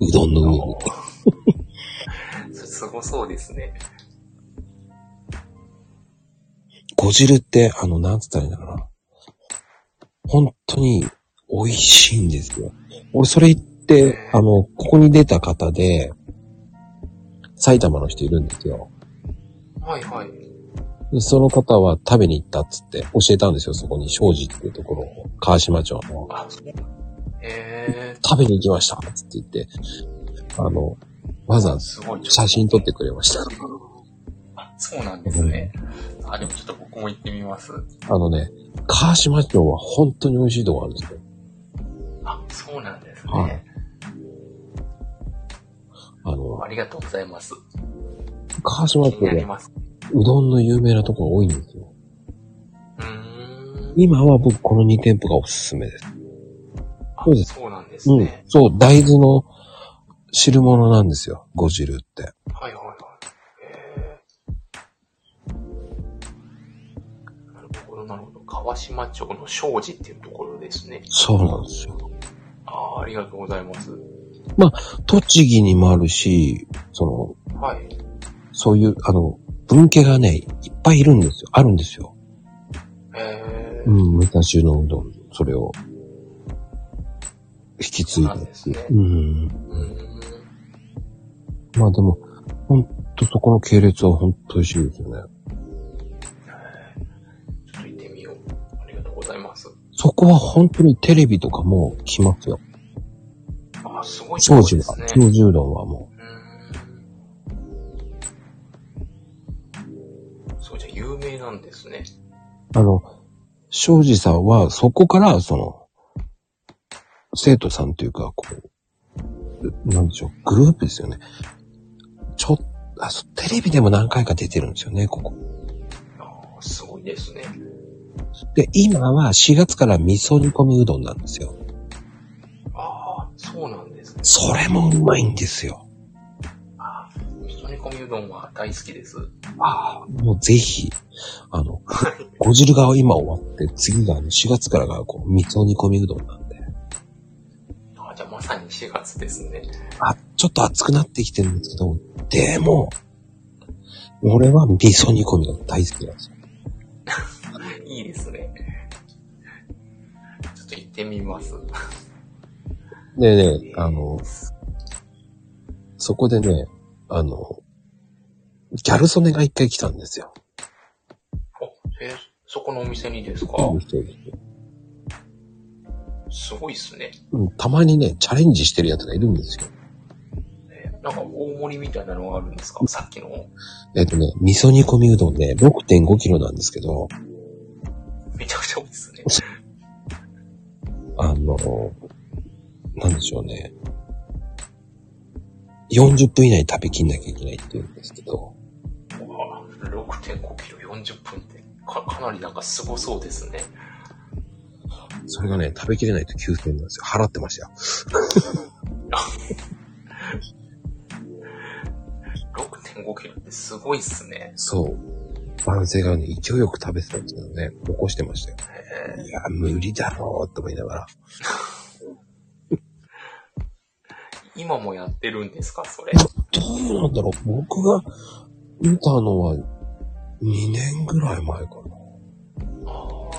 Speaker 1: うどんの上に。
Speaker 2: それすごそうですね。
Speaker 1: ご汁って、あの、なんつったらいいんだろうな。本当に美味しいんですよ。俺、それ言って、あの、ここに出た方で、埼玉の人いるんですよ。
Speaker 2: はいはい。
Speaker 1: でその方は食べに行ったっつって教えたんですよ、そこに、庄司っていうところを、川島町の。
Speaker 2: あ、そう。へ
Speaker 1: 食べに行きましたっつって言って、あの、わざわ
Speaker 2: ー、
Speaker 1: ざ
Speaker 2: すごい。
Speaker 1: 写真撮ってくれました。
Speaker 2: あ、そうなんですね。あ、でもちょっと僕も行ってみます。
Speaker 1: あのね、川島町は本当に美味しいとこあるんですよ。
Speaker 2: あ、そうなんですね。
Speaker 1: はいあの、
Speaker 2: ありがとうございます。
Speaker 1: 川島
Speaker 2: 気
Speaker 1: 町
Speaker 2: になり
Speaker 1: は
Speaker 2: ます。
Speaker 1: うどんの有名なところ多いんですよ。
Speaker 2: うーん。
Speaker 1: 今は僕この2店舗がおすすめです。
Speaker 2: あ
Speaker 1: そうです
Speaker 2: そうなんです
Speaker 1: うん
Speaker 2: ね。。
Speaker 1: そう、大豆の汁物なんですよ。ご汁って。
Speaker 2: はいはいはい。へーなるほど、なるほど。川島町の庄司っていうところですね。
Speaker 1: そうなんですよ。
Speaker 2: あーありがとうございます。
Speaker 1: 栃木にもあるし、そ
Speaker 2: はい。
Speaker 1: の、そういう、あの、文家がね、いっぱいいるんですよ。あるんですよ。
Speaker 2: え
Speaker 1: う
Speaker 2: ー、
Speaker 1: ん、昔のうどん、それを、引き継い
Speaker 2: な
Speaker 1: だ
Speaker 2: ん
Speaker 1: っ
Speaker 2: で
Speaker 1: て
Speaker 2: す
Speaker 1: いう
Speaker 2: ね。
Speaker 1: うん。
Speaker 2: うん。
Speaker 1: まあでも、ほんとそこの系列はほんと美味しいですよね。
Speaker 2: ちょっと行ってみよう。ありがとうございます。
Speaker 1: そこは本当にテレビとかも来ますよ。
Speaker 2: あー、すごいと
Speaker 1: 長
Speaker 2: ころ
Speaker 1: 寿
Speaker 2: で
Speaker 1: は
Speaker 2: すね。。
Speaker 1: 長寿うどんはも
Speaker 2: うんそうじゃ、有名なんですね。
Speaker 1: う、あの、庄司さんは、そこから、その、生徒さんというか、こう、なんでしょう、グループですよね。ちょっあ、そうテレビでも何回か出てるんですよね、ここ。
Speaker 2: あーすごいですね。
Speaker 1: で、今は4月から味噌煮込みうどんなんですよ。
Speaker 2: ああ、そうなんですね。
Speaker 1: それもうまいんですよ。
Speaker 2: あー味噌煮込みうどんは大好きです。
Speaker 1: ああ、もうぜひ、あの、ご汁が今終わって、次があの4月からがこう、味噌煮込みうどんなんで。
Speaker 2: あーじゃあまさに4月ですね。
Speaker 1: あ、ちょっと暑くなってきてるんですけど、でも、俺は味噌煮込みが大好きなんですよ。
Speaker 2: いいですね。ちょっと行ってみます。
Speaker 1: でね、あの、そこでね、あの、ギャル曽根が一回来たんですよ。
Speaker 2: え、そこのお店にですかすごいっすね。
Speaker 1: うんたまにね、チャレンジしてるやつがいるんですよ。
Speaker 2: えなんか大盛りみたいなのがあるんですかさっきの。
Speaker 1: えっとね、味噌煮込みうどんね、6.5キロなんですけど、
Speaker 2: めちゃくちゃ多いですね。
Speaker 1: あの、なんでしょうね。40分以内に食べきんなきゃいけないって言うんですけど、
Speaker 2: わあ6.5キロ40分ってか、かなりなんかすごそうですね。
Speaker 1: それがね、食べきれないと9000円なんですよ。払ってましたよ。
Speaker 2: 6.5キロってすごいっすね。
Speaker 1: そう。男性がね、勢いよく食べてたんですけどね、残してましたよ。
Speaker 2: え
Speaker 1: いや、無理だろうと思いながら。
Speaker 2: ー今もやってるんですかそれ。
Speaker 1: どうなんだろう僕が見たのは2年ぐらい前かな。
Speaker 2: あ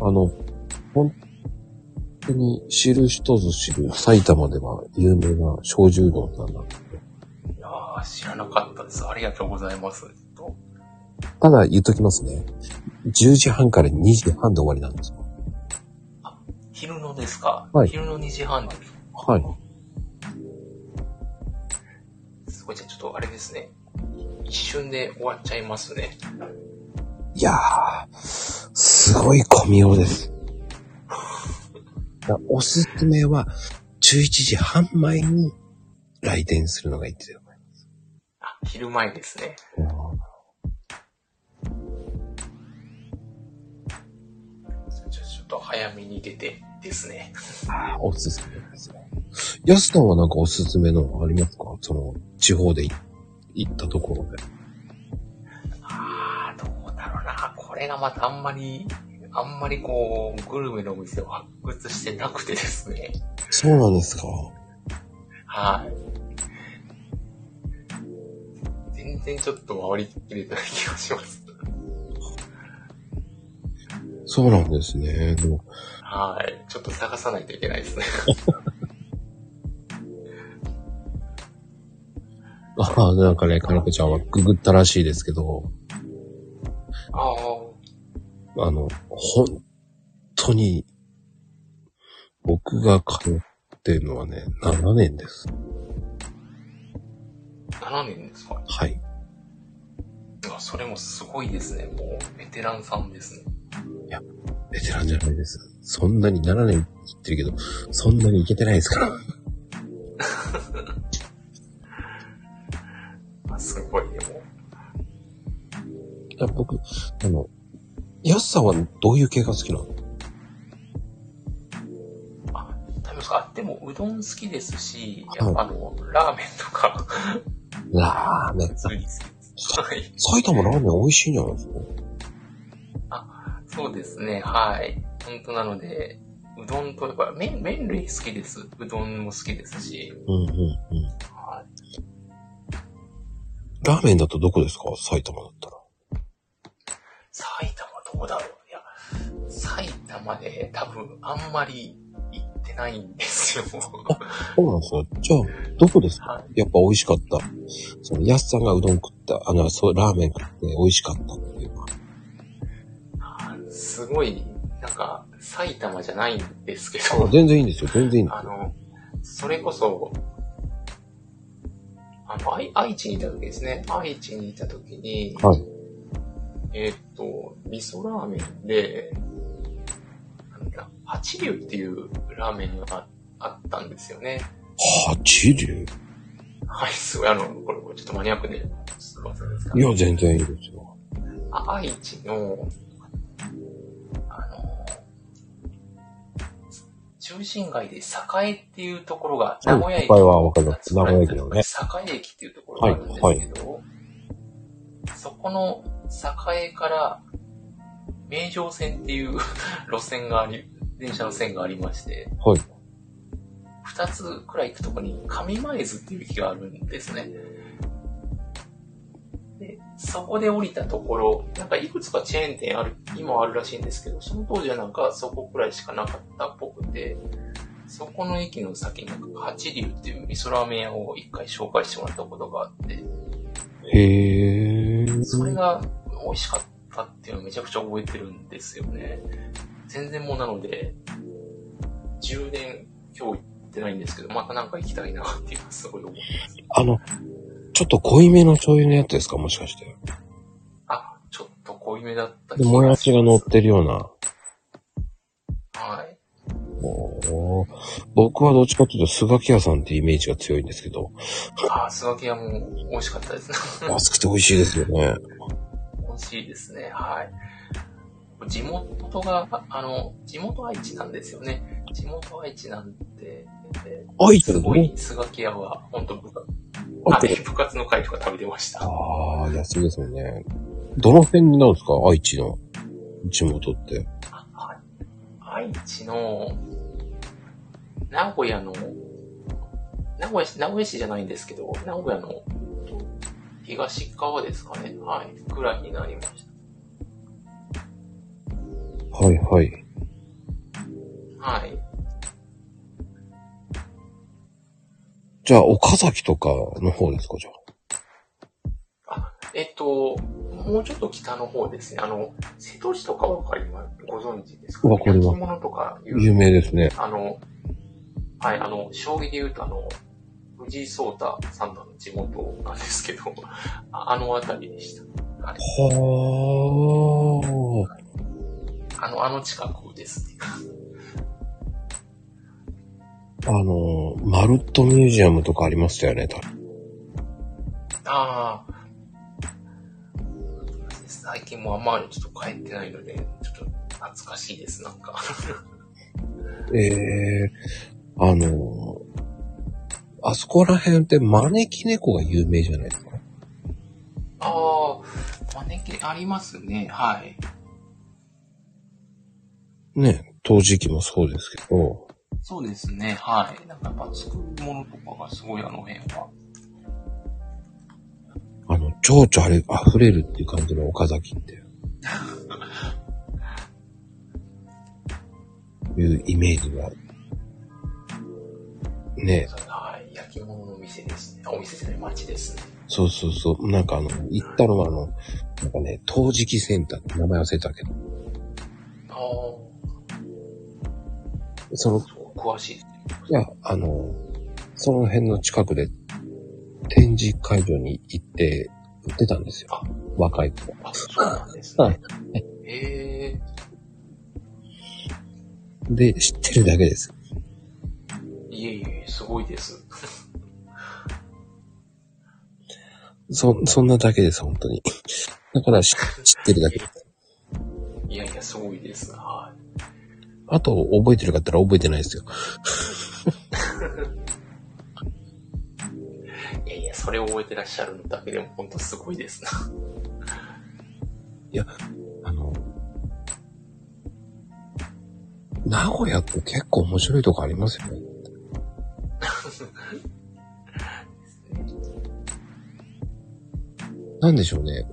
Speaker 1: あの、本当に知る人ぞ知る埼玉では有名な小獣道さんなんですけど
Speaker 2: ーいやー知らなかったです。ありがとうございます。と
Speaker 1: ただ言っときますね。10時半から2時半で終わりなんですよ。
Speaker 2: 昼のですか、
Speaker 1: はい
Speaker 2: 昼の2時半です。
Speaker 1: はい。
Speaker 2: すごい、じゃあちょっとあれですね。一瞬で終わっちゃいますね。
Speaker 1: いやー、すごい混みようです。だおすすめは、11時半前に来店するのがいいですよ。
Speaker 2: あ、昼前ですね。じゃあちょっと早めに出てですね。
Speaker 1: おすすめですよ。ヤスさんはなんかおすすめのありますかその、地方でい行ったところで。
Speaker 2: ああ、どうだろうな。これがまたあんまり、あんまりこう、グルメのお店を発掘してなくてですね。
Speaker 1: そうなんですか
Speaker 2: はい。全然ちょっと回りきれてない気がします。
Speaker 1: そうなんですね。でも、
Speaker 2: はい。ちょっと探さないといけないですね。
Speaker 1: ああ、なんかね、かなこちゃんはググったらしいですけど、
Speaker 2: ああ、
Speaker 1: あの、本当に、僕が通ってるのはね、7年です。
Speaker 2: 7年ですか
Speaker 1: はい。
Speaker 2: あそれもすごいですね。もう、ベテランさんですね。
Speaker 1: ベテランじゃないです。そんなに7年行ってるけど、そんなに行けてないですから。
Speaker 2: あすごい、でも。
Speaker 1: いや、僕、あの、ヤスさんはどういう系が好きなの
Speaker 2: あ、食べますかあでも、うどん好きですし、
Speaker 1: はい
Speaker 2: やっぱあの、ラーメンとか、
Speaker 1: ラーメン。
Speaker 2: 普通に好きです。はい。
Speaker 1: 埼玉ラーメン美味しいんじゃないですか
Speaker 2: そうですね、はい。本当なので、うどんと、やっぱ麺、麺類好きです。うどんも好きですし、
Speaker 1: うんうんうん。
Speaker 2: は
Speaker 1: ラーメンだとどこですか埼玉だったら。
Speaker 2: 埼玉どうだろういや、埼玉で多分あんまり行ってないんですよ。
Speaker 1: そうなんですよ。じゃあ、どこですか
Speaker 2: はい。
Speaker 1: やっぱ美味しかった。その、ヤスさんがうどん食った、あの、そう、ラーメン食って美味しかったっていうか。
Speaker 2: すごい、なんか、埼玉じゃないんですけど、
Speaker 1: 全然いいんですよ。全然いいんで
Speaker 2: あ
Speaker 1: すよ。
Speaker 2: の、それこそ、あの、愛愛知にいた時ですね。愛知にいた時に、
Speaker 1: はい
Speaker 2: えーっと、味噌ラーメンで、あなんだ、八流っていうラーメンがあったんですよね。
Speaker 1: 八流
Speaker 2: はい、すごい、あの、これ、これちょっとマニアックで、すみませんですか
Speaker 1: いや、全然いいですよ。
Speaker 2: あ愛知の、あの、中心街で栄っていうところが、名古屋駅。
Speaker 1: はい栄はわかります名古屋駅のね
Speaker 2: 栄駅っていうところがあるんですけど、そこの栄から、名城線っていう路線があり、電車の線がありまして、
Speaker 1: はい。
Speaker 2: 二つくらい行くとこに上前津っていう駅があるんですね。で、そこで降りたところ、なんかいくつかチェーン店ある、今あるらしいんですけど、その当時はなんかそこくらいしかなかったっぽくて、そこの駅の先になんか八流っていう味噌ラーメン屋を一回紹介してもらったことがあって、
Speaker 1: へー。
Speaker 2: それが美味しかったっていうのをめちゃくちゃ覚えてるんですよね。全然もうなので、10年今日行ってないんですけど、またなんか行きたいなっていうのはすごい思う。
Speaker 1: あの、ちょっと濃いめの醤油のやつですかもしかして。
Speaker 2: あ、ちょっと濃いめだった
Speaker 1: で、もやしが乗ってるような。
Speaker 2: はい。
Speaker 1: おー僕はどっちかっていうと、スガキ屋さんってイメージが強いんですけど、
Speaker 2: あ、スガキ屋も美味しかったですね。
Speaker 1: 安くて美味しいですよね。
Speaker 2: 美味しいですね。はい。地元が、あの、地元愛知なんですよね。地元愛知なんて、えー
Speaker 1: 愛知
Speaker 2: す
Speaker 1: なの
Speaker 2: ごい、スガキ屋は、本当部活、あ
Speaker 1: 愛知
Speaker 2: 部活の会とか食べてました。
Speaker 1: ああ、安いですよね。どの辺になるんですか愛知の地元って。
Speaker 2: 愛知の、名古屋の、名古屋市、名古屋市じゃないんですけど、名古屋の東側ですかね。はい。くらいになりまし
Speaker 1: はいはい。
Speaker 2: た。はい。
Speaker 1: じゃあ、岡崎とかの方ですかじゃあ。
Speaker 2: えっと、もうちょっと北の方ですね。あの、瀬戸市とかわかりますご存知ですか
Speaker 1: わかります
Speaker 2: 焼き物とかいう
Speaker 1: 有名ですね。
Speaker 2: あの、はい、あの、将棋で言うとあの、藤井聡太さんの地元なんですけど、あ あの辺りでした。
Speaker 1: はあ。
Speaker 2: あの、あの近くですね。
Speaker 1: あの、マルットミュージアムとかありましたよね、多分。
Speaker 2: ああ。最近もあんまりちょっと帰ってないので、ちょっと懐かしいです、なんか。
Speaker 1: ええあの、あそこら辺って招き猫が有名じゃないですか。
Speaker 2: ああ、招きありますね、はい。
Speaker 1: ね、陶磁器もそうですけど、
Speaker 2: そうですね、はい。なんかやっぱ作るものとかがすごいあの辺は。
Speaker 1: あの、情緒あれ溢れるっていう感じの岡崎って。いうイメージが。ね
Speaker 2: はい、焼き物の店ですね。お店じゃない、街ですね。
Speaker 1: そうそうそう。なんかあの、行ったのはあの、なんかね、陶磁器センターって名前忘れたけど、
Speaker 2: ああ、
Speaker 1: その、
Speaker 2: そう、詳しい。
Speaker 1: いや、あの、その辺の近くで展示会場に行って、売ってたんですよ
Speaker 2: あ。
Speaker 1: 若い子
Speaker 2: あ、そうなんです
Speaker 1: は
Speaker 2: ね。へえ
Speaker 1: で、知ってるだけです。
Speaker 2: いえいえ、すごいです。
Speaker 1: そ、そんなだけです、本当に。だから知知ってるだけ。
Speaker 2: いやいや、すごいです。はい。
Speaker 1: あと、覚えてるかって言ったら覚えてないですよ。
Speaker 2: いやいや、それを覚えてらっしゃるだけでも本当すごいですな。
Speaker 1: あの、名古屋って結構面白いとこありますよね。なんでしょうね。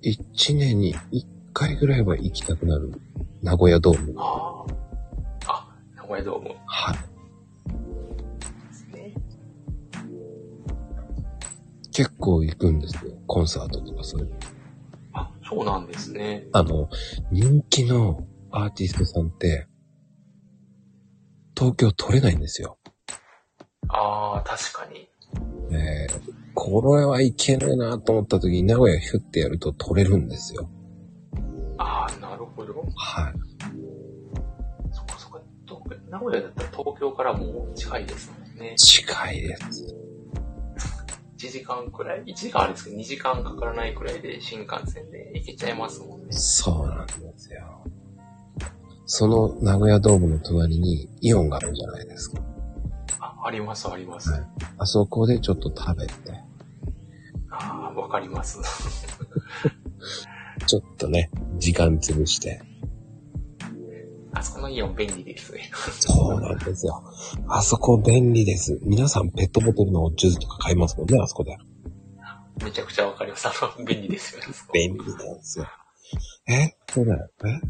Speaker 1: 一年に一回ぐらいは行きたくなる。名古屋ドーム。
Speaker 2: ああ。あ、名古屋ドーム。
Speaker 1: はい。結構行くんですよ。コンサートとかそういう。
Speaker 2: あ、そうなんですね。
Speaker 1: あの、人気のアーティストさんって、東京取れないんですよ。
Speaker 2: ああ、確かに。
Speaker 1: えー、これはいけないなと思った時に名古屋ヒュッてやると取れるんですよ。
Speaker 2: ああ、なるほど。
Speaker 1: はい。
Speaker 2: 名古屋だったら東京からもう近いですもんね。
Speaker 1: 近いです。
Speaker 2: 1時間くらい、1時間あれですけど、2時間かからないくらいで新幹線で行けちゃいますもんね。
Speaker 1: そうなんですよ。その名古屋ドームの隣にイオンがあるじゃないですか。
Speaker 2: あ、ありますあります。
Speaker 1: あそこでちょっと食べて、
Speaker 2: ああ、わかります。
Speaker 1: ちょっとね、時間潰して。
Speaker 2: あそこのイオン便利ですね。
Speaker 1: そうなんですよ。あそこ便利です。皆さんペットボトルのジュースとか買いますもんね、あそこで。
Speaker 2: めちゃくちゃわかります。あの、便利ですよね、あそこ。
Speaker 1: 便利なんですよ。え去年え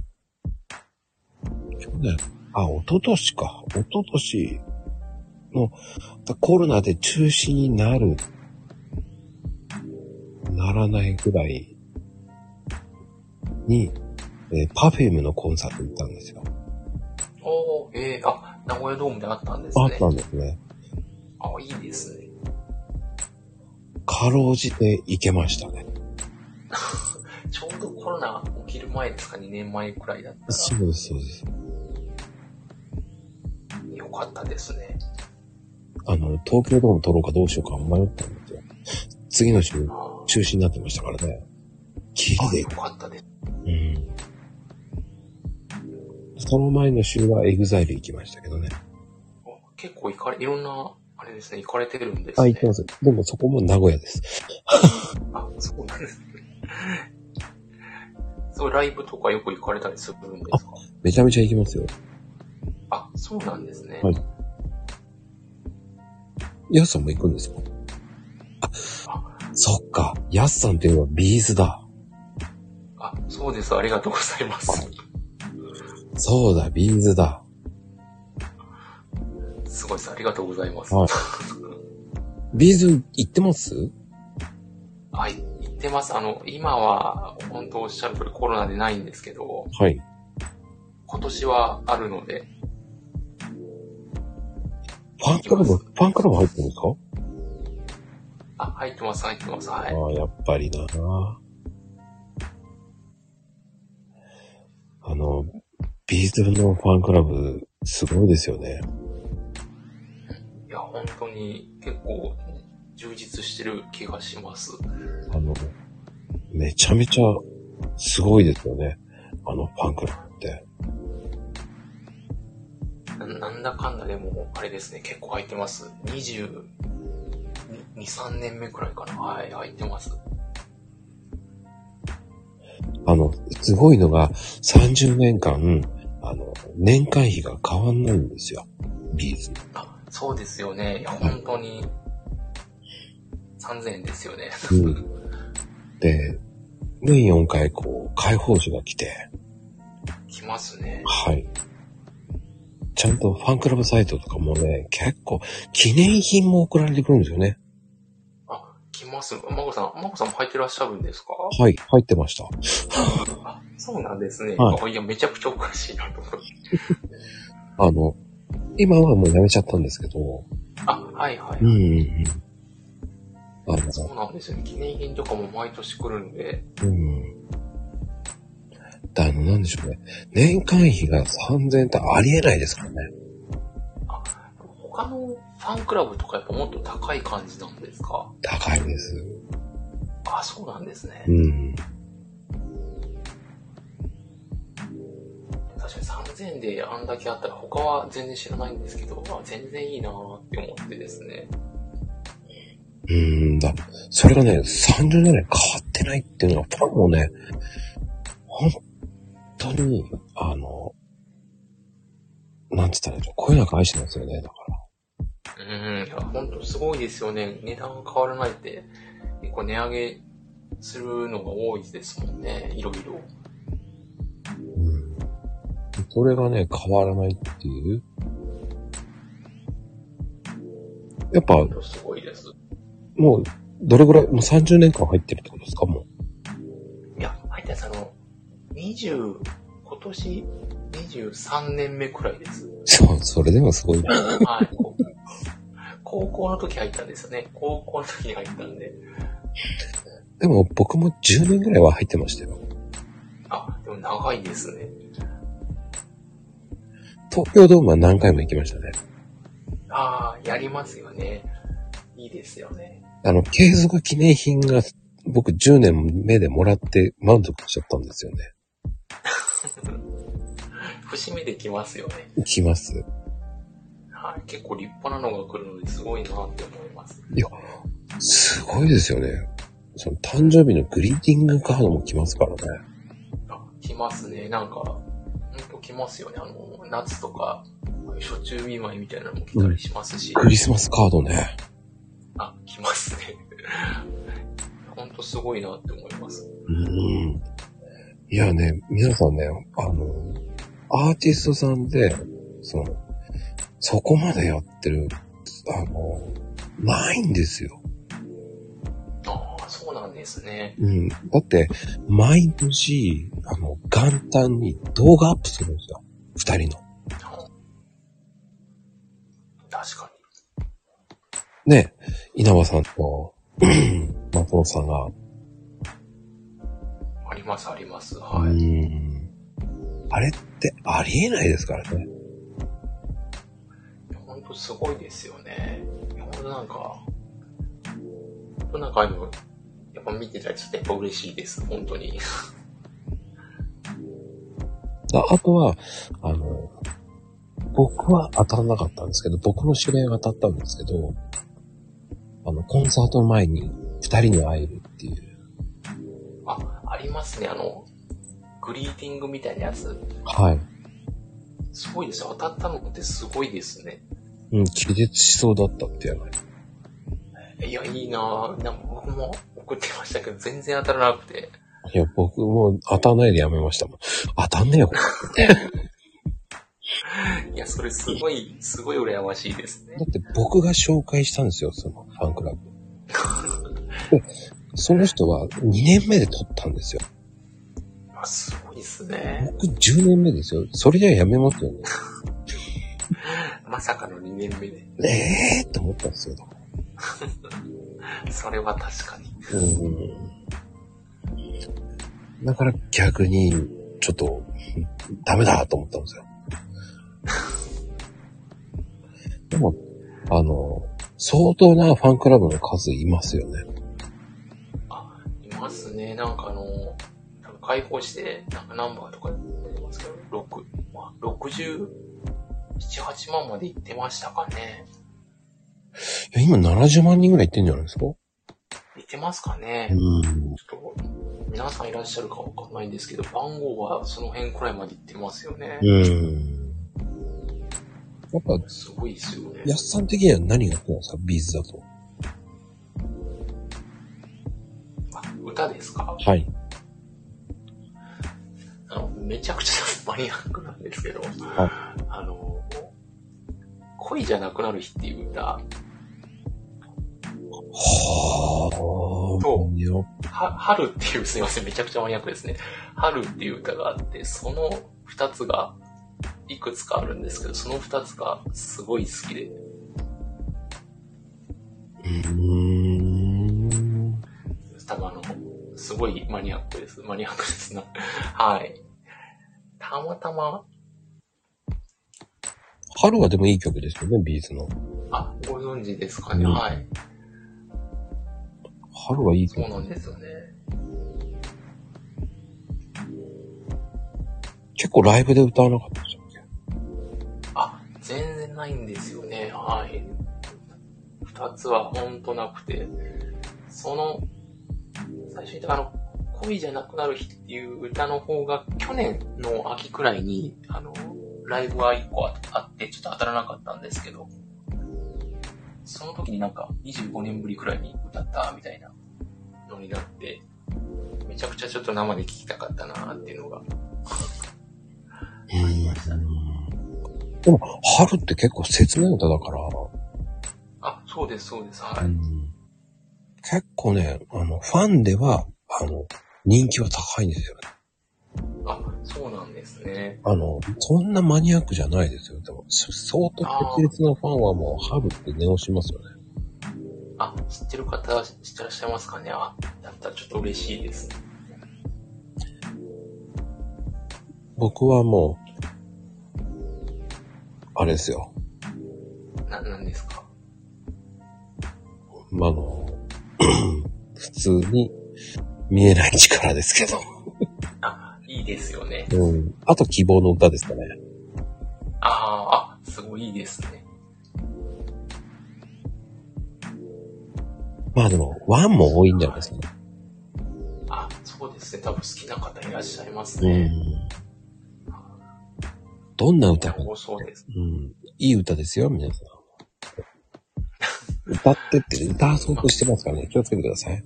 Speaker 1: 去年あ、一昨年か。一昨年のだコロナで中止になる、ならないぐらいに、えーパフェムのコンサート行ったんですよ。
Speaker 2: おおええあ、名古屋ドームであったんです
Speaker 1: あっ
Speaker 2: ね。
Speaker 1: たんですね。
Speaker 2: あいいですね。
Speaker 1: かろうじて行けましたね。
Speaker 2: ちょうどコロナ起きる前ですか、2年前くらいだった
Speaker 1: そうです、そうです。
Speaker 2: ら、よかったですね。
Speaker 1: あの、東京ドーム取ろうかどうしようか迷ったんですよ。次の週
Speaker 2: あ、ー
Speaker 1: 中止になってましたからね。キリ
Speaker 2: あ、
Speaker 1: で
Speaker 2: よかったです。
Speaker 1: うんその前の週はエグザイル行きましたけどね。
Speaker 2: お結構行かれ、いろんな、あれですね、行かれてるんです
Speaker 1: あ、
Speaker 2: ね。
Speaker 1: 行ってます。でもそこも名古屋です。
Speaker 2: あ、そうなんですね。そう、ライブとかよく行かれたりするんですか
Speaker 1: めちゃめちゃ行きますよ。
Speaker 2: あそうなんですね。
Speaker 1: はいヤスさんも行くんですかあ、そっか。ヤスさんっていうのはビーズだ。
Speaker 2: あ、そうです。ありがとうございます。
Speaker 1: そうだ、ビーズだ。
Speaker 2: すごいです。ありがとうございます。
Speaker 1: はい ビーズ行ってます
Speaker 2: はい、行ってます。あの、今は、本当おっしゃる通りコロナでないんですけど、
Speaker 1: はい。
Speaker 2: 今年はあるので、
Speaker 1: ファンクラブ、ファンクラブ入ってるんですか
Speaker 2: あ、入ってます、入ってます。はい。
Speaker 1: ああ、やっぱりな。あの、ビーズのファンクラブ、すごいですよね。
Speaker 2: いや、本当に結構充実してる気がします。
Speaker 1: あの、めちゃめちゃすごいですよね。あのファンクラブって。
Speaker 2: ななんだかんだでも、あれですね、結構入ってます。22、3年目くらいかな。はい、入ってます。
Speaker 1: あの、すごいのが30年間、あの、年間費が変わんないんですよ。ビーズの。
Speaker 2: あ、そうですよね。いや、本当に、3000円ですよね。
Speaker 1: うん。で、年4回こう、解放誌が来て、
Speaker 2: きますね。
Speaker 1: はい。ちゃんとファンクラブサイトとかもね、結構、記念品も送られてくるんですよね。
Speaker 2: きます。まこさん、まこさんも入ってらっしゃるんですか
Speaker 1: はい、入ってました。
Speaker 2: あ、そうなんですね。、
Speaker 1: はい
Speaker 2: いや、めちゃくちゃおかしいなと思って。
Speaker 1: あの、今はもうやめちゃったんですけど、
Speaker 2: あ、はいはい。
Speaker 1: うんうんうん。あの、
Speaker 2: そうなんですよね。記念品とかも毎年来るんで。
Speaker 1: うん。だあの、なんでしょうね。年間費が3000ってありえないですからね。
Speaker 2: 他のファンクラブとかやっぱもっと高い感じなんですか
Speaker 1: 高いです。
Speaker 2: あ、そうなんですね。
Speaker 1: うん。
Speaker 2: 確かに3000円であんだけあったら他は全然知らないんですけど、あ全然いいなーって思ってですね。
Speaker 1: うんだ。それがね、30年来変わってないっていうのは、ファンもね、本当に、あの、なんつったらいいんでしょう。こういうのが愛してますよね。だから。
Speaker 2: うん、いや、ほんとすごいですよね。値段が変わらないって、結構値上げするのが多いですもんね。いろいろ。
Speaker 1: うん。それがね、変わらないっていう。やっぱ、
Speaker 2: ほんとすごいです。
Speaker 1: もう、どれぐらい、もう30年間入ってるってことですかも
Speaker 2: いや、入ったやつあの、20、今年23年目くらいです。
Speaker 1: う。そう、それでもすごい。
Speaker 2: はい。高校の時入ったんですよね。高校の時に入ったんで。
Speaker 1: でも僕も10年ぐらいは入ってましたよ。
Speaker 2: あ、でも長いですね。
Speaker 1: 東京ドームは何回も行きましたね。
Speaker 2: ああ、やりますよね。いいですよね。
Speaker 1: あの、継続記念品が僕10年目でもらって満足しちゃったんですよね。
Speaker 2: 節目できますよね。
Speaker 1: 行きます。
Speaker 2: はい。結構立派なのが来るのですごいなって思います。
Speaker 1: すごいですよね。その誕生日のグリーティングカードも来ますからね。
Speaker 2: あ、来ますね。なんか、ほんと来ますよね。あの、夏とか、こういう初中見舞いみたいなのも来たりしますし。
Speaker 1: クリスマスカードね。
Speaker 2: あ、来ますね。 ほんとすごいなって思います。
Speaker 1: うん。いやね、皆さんね、あの、アーティストさんで、その、そこまでやってる、あの、ないんですよ。
Speaker 2: ああ、そうなんですね。
Speaker 1: うん。だって、毎年、あの、元旦に動画アップするんですよ。二人の。
Speaker 2: 確か
Speaker 1: ね、稲葉さんと、 松本さんが、
Speaker 2: に。あります、あります。はい。
Speaker 1: うん。あれってありえないですからね。
Speaker 2: ほんとすごいですよね。ほんとなんか、ほんとなんかああいうの、やっぱ見てたりしてやっぱ嬉しいです、本当に。
Speaker 1: ああとは、あの、僕は当たらなかったんですけど、僕の知り合いが当たったんですけど、あの、コンサートの前に二人に会えるっていう。
Speaker 2: あ、ありますね、あの、グリーティングみたいなやつ。
Speaker 1: はい。
Speaker 2: すごいですよ。当たったのってすごいですね。
Speaker 1: うん、気絶しそうだったってやない。
Speaker 2: いや、いいなぁ。なんか僕も送ってましたけど、全然当たらなくて。
Speaker 1: いや、僕も当たんないでやめましたもん。当たんねえよ、これ
Speaker 2: いや、それすごい、すごい羨ましいですね
Speaker 1: だ。って僕が紹介したんですよ、そのファンクラブ。でその人は2年目で取ったんですよ。
Speaker 2: あすごいですね。
Speaker 1: 僕10年目ですよ。それじゃやめますよね。
Speaker 2: まさかの2年目で。
Speaker 1: ええー、と思ったんですよ。
Speaker 2: それは確かに。
Speaker 1: うんだから逆に、ちょっと、ダメだと思ったんですよ。でも、あの、相当なファンクラブの数いますよね。
Speaker 2: いますね。なんかあの、多分開放して、なんかナンバーとか出てますけど、6、まあ、60、7、8万まで行ってましたかね。
Speaker 1: いや今70万人ぐらい行ってんじゃないですか
Speaker 2: 行ってますかね。
Speaker 1: うん。
Speaker 2: ちょっと、皆さんいらっしゃるかわかんないんですけど、番号はその辺くらいまで行ってますよね。
Speaker 1: うん。やっぱ、
Speaker 2: すごいですよね。
Speaker 1: 安さん的には何がこうさ、ビーズだと。
Speaker 2: あ歌ですか
Speaker 1: はい。
Speaker 2: あの、めちゃくちゃマニアックなんですけど、あの、恋じゃなくなる日っていう歌、は、
Speaker 1: は
Speaker 2: そ
Speaker 1: ぁ、よ。
Speaker 2: 春っていう、すいません、めちゃくちゃマニアックですね。春っていう歌があって、その二つが、いくつかあるんですけど、その二つがすごい好きで、
Speaker 1: うーん。
Speaker 2: 多分あの、すごいマニアックです。マニアックですな。はい。たまたま、
Speaker 1: 春はでもいい曲ですよね、ビーズの。
Speaker 2: あ、ご存知ですかね。
Speaker 1: うん
Speaker 2: はい。
Speaker 1: 春はいい
Speaker 2: そ
Speaker 1: 曲
Speaker 2: う。なんですよね。
Speaker 1: 結構ライブで歌わなかったでしたっけ
Speaker 2: あ、全然ないんですよね。はい。二つはほんとなくて、その、最初に言ったあの、恋じゃなくなる日っていう歌の方が、去年の秋くらいに、あの、ライブは一個ああって、ちょっと当たらなかったんですけど、その時になんか25年ぶりくらいに歌ったみたいなのになって、めちゃくちゃちょっと生で聴きたかったなーっていうのがありましたね。
Speaker 1: でも、春って結構切ない歌だから、
Speaker 2: あ、そうです、そうです。はい。
Speaker 1: 結構ね、あの、ファンでは、あの、人気は高いんですよね。
Speaker 2: あ、そうなんですね。
Speaker 1: あの、そんなマニアックじゃないですよ。でも、そ相当熱烈なファンはもう春って念をしますよね。
Speaker 2: あ、知ってる方は知ってらっしゃいますかねあ、だったらちょっと嬉しいです。
Speaker 1: 僕はもう、あれですよ。
Speaker 2: な、なんですか
Speaker 1: まあ、あの、 普通に見えない力ですけど。
Speaker 2: あ、いいですよね。
Speaker 1: うん。あと希望の歌ですかね。
Speaker 2: あーあ、すごいいいですね。
Speaker 1: まあでも、ワンも多いんじゃないですかね。
Speaker 2: あ、そうですね。多分好きな方いらっしゃいます
Speaker 1: う
Speaker 2: ね。
Speaker 1: ん。どんな歌かな
Speaker 2: 多そうです。
Speaker 1: うん。いい歌ですよ、皆さん。歌ってって、歌わそうとしてますからね、気をつけてください。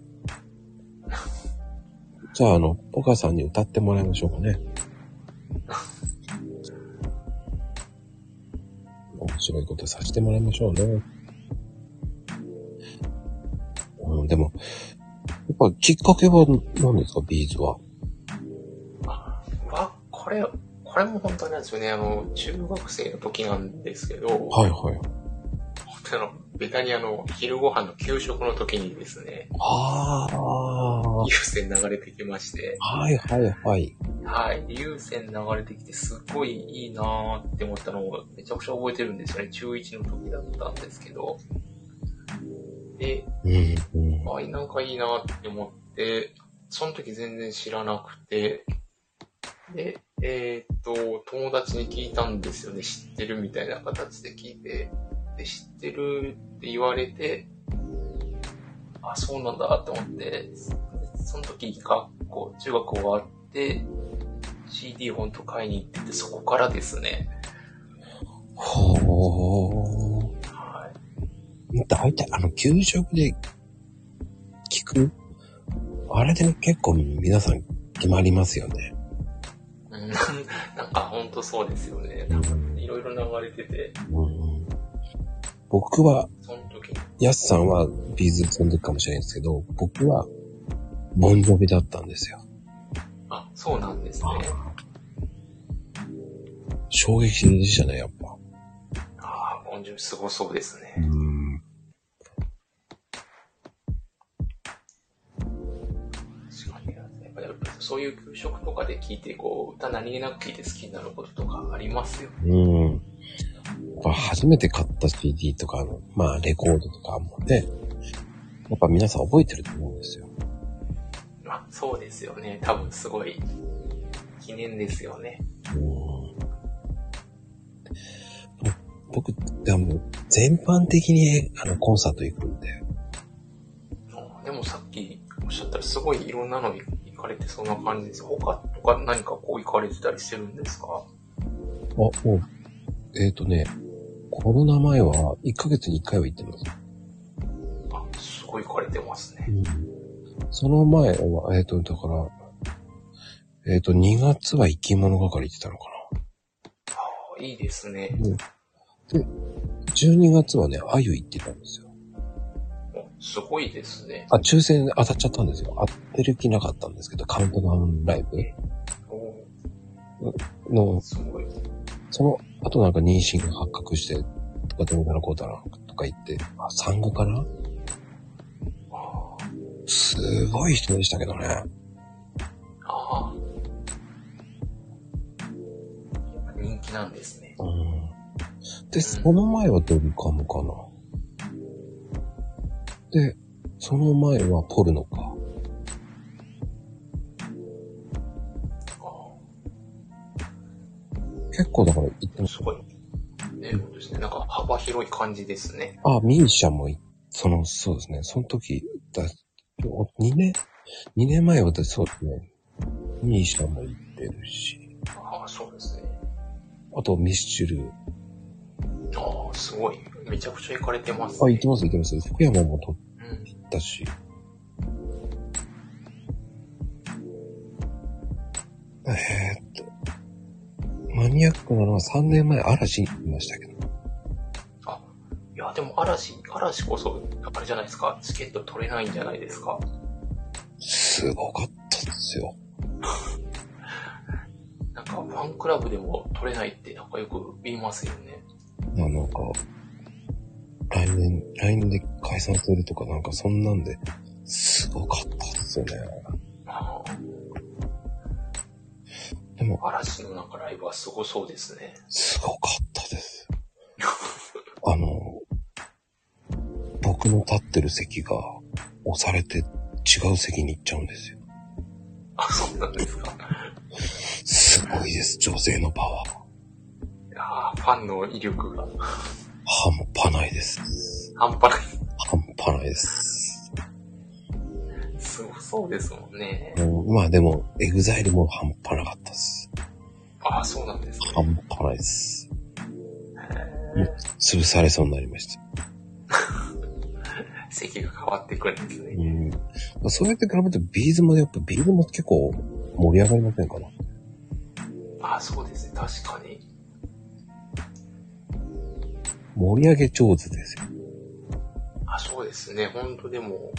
Speaker 1: じゃあ、あの、ポカさんに歌ってもらいましょうかね。面白いことさせてもらいましょうね。うん、でも、やっぱきっかけは何ですか、ビーズは。
Speaker 2: あ、わ、これ、これも本当なんですよね。あの、中学生の時なんですけど、
Speaker 1: はいはい。
Speaker 2: あの、ベタにあの、昼ご飯の給食の時にですね、
Speaker 1: ああ、は
Speaker 2: 有線流れてきまし
Speaker 1: い
Speaker 2: て、
Speaker 1: はいはい。
Speaker 2: はい、有線流れてきて、すっごいいいなーって思ったのをめちゃくちゃ覚えてるんですよね。中1の時だったんですけど。で、
Speaker 1: うん、うん。
Speaker 2: あ、なんかいいなーって思って、その時全然知らなくて、で、えーっと、友達に聞いたんですよね。知ってるみたいな形で聞いて、で、知ってるって言われて、あ、そうなんだって思って、その時、学校、中学終わって、CD 本当買いに行ってて、そこからですね。
Speaker 1: ほー。
Speaker 2: はい。
Speaker 1: 大体、あの、給食で聞くあれで結構皆さん決まりますよね。
Speaker 2: うん なんか本当そうですよね。なんかいろいろ流れてて、
Speaker 1: うん、僕は、
Speaker 2: その時に、
Speaker 1: ヤスさんはビーズ飛んでるかもしれないですけど、僕はボンジョビだったんですよ。
Speaker 2: あ、そうなんですね。
Speaker 1: 衝撃でしたね、やっぱ。
Speaker 2: ああ、ボンジョビすごそうですね。
Speaker 1: ん。
Speaker 2: 確かに。やっぱやっぱそういう給食とかで聞いて、こう、歌何気なく聞いて好きになることとかありますよ。
Speaker 1: うん。やっぱ初めて買った CD とか、あのまあレコードとかもね、やっぱ皆さん覚えてると思うんですよ。
Speaker 2: あ、そうですよね。多分すごい、記念ですよね。
Speaker 1: うん僕、でも、全般的に、あの、コンサート行くんで。
Speaker 2: うんでもさっきおっしゃったらすごいいろんなの行かれてそうな感じです。他とか何かこう行かれてたりしてるんですか
Speaker 1: あ、もう、えっ、とね、コロナ前は、1ヶ月に1回は行ってます。
Speaker 2: あ、すごい行かれてますね。
Speaker 1: その前は、えっ、と、だから、えっ、と、2月は生き物係行ってたのか
Speaker 2: あいいですね。
Speaker 1: な。12月はね、あゆ行ってたんですよ。
Speaker 2: もうすごいですね。
Speaker 1: あ、抽選で当たっちゃったんですよ。当てる気なかったんですけど、カウントダウンライ
Speaker 2: お
Speaker 1: ブの
Speaker 2: すごい。
Speaker 1: その後なんか妊娠が発覚して、とかどうならこうだらとか言って、あ、産後かな
Speaker 2: あ
Speaker 1: すごい人でしたけどね。
Speaker 2: あー。やっぱ人気なんですね。
Speaker 1: うん。で、その前はドリカムかな。で、その前はポルノか。
Speaker 2: あ
Speaker 1: 結構だから行って
Speaker 2: ー
Speaker 1: ます
Speaker 2: ごい。ね、そうですね。なんか幅広い感じですね。
Speaker 1: あ、ミーシャもい、その、そうですね。その時、だ、2年、2年前は私そうですね。ミーシャも行ってるし、
Speaker 2: ああ、そうですね。
Speaker 1: あとミスチル。
Speaker 2: ああ、すごい。めちゃくちゃ行かれてます、
Speaker 1: あ、行ってます行ってます。福山も撮っ
Speaker 2: うん。
Speaker 1: たし。えーっと、マニアックなのは3年前嵐いましたけど。
Speaker 2: いや、でも嵐、嵐こそ、あれじゃないですか、チケット取れないんじゃないですか。
Speaker 1: すごかったですよ。
Speaker 2: なんか、ファンクラブでも取れないって、なんかよく言いますよね。
Speaker 1: まあなんか、来年、来年で解散するとかなんかそんなんで、すごかったですよね。
Speaker 2: あ
Speaker 1: でも、
Speaker 2: あ、嵐のなんかライブはすごそうですね。
Speaker 1: すごかったです。僕の立ってる席が押されて違う席に行っちゃうんですよ。
Speaker 2: あ、そうなんです か。
Speaker 1: すごいです、女性のパワー。
Speaker 2: あーファンの威力が
Speaker 1: 半端ないです。
Speaker 2: 半端ない。
Speaker 1: 半端ないです。
Speaker 2: すごそうですもんね。
Speaker 1: うんまあでも、エグザイルも半端なかったです。
Speaker 2: ああ、そうなんですね。
Speaker 1: 半端ないです。潰されそうになりました。
Speaker 2: 席が変わってくるんです
Speaker 1: う
Speaker 2: ね。
Speaker 1: ん。まあそうやって比べてビーズもねやっぱビーズも結構盛り上がりませんかな。
Speaker 2: ああ、そうですね。確かに。
Speaker 1: 盛り上げ上手ですよ。
Speaker 2: あ、そうですね。本当でも、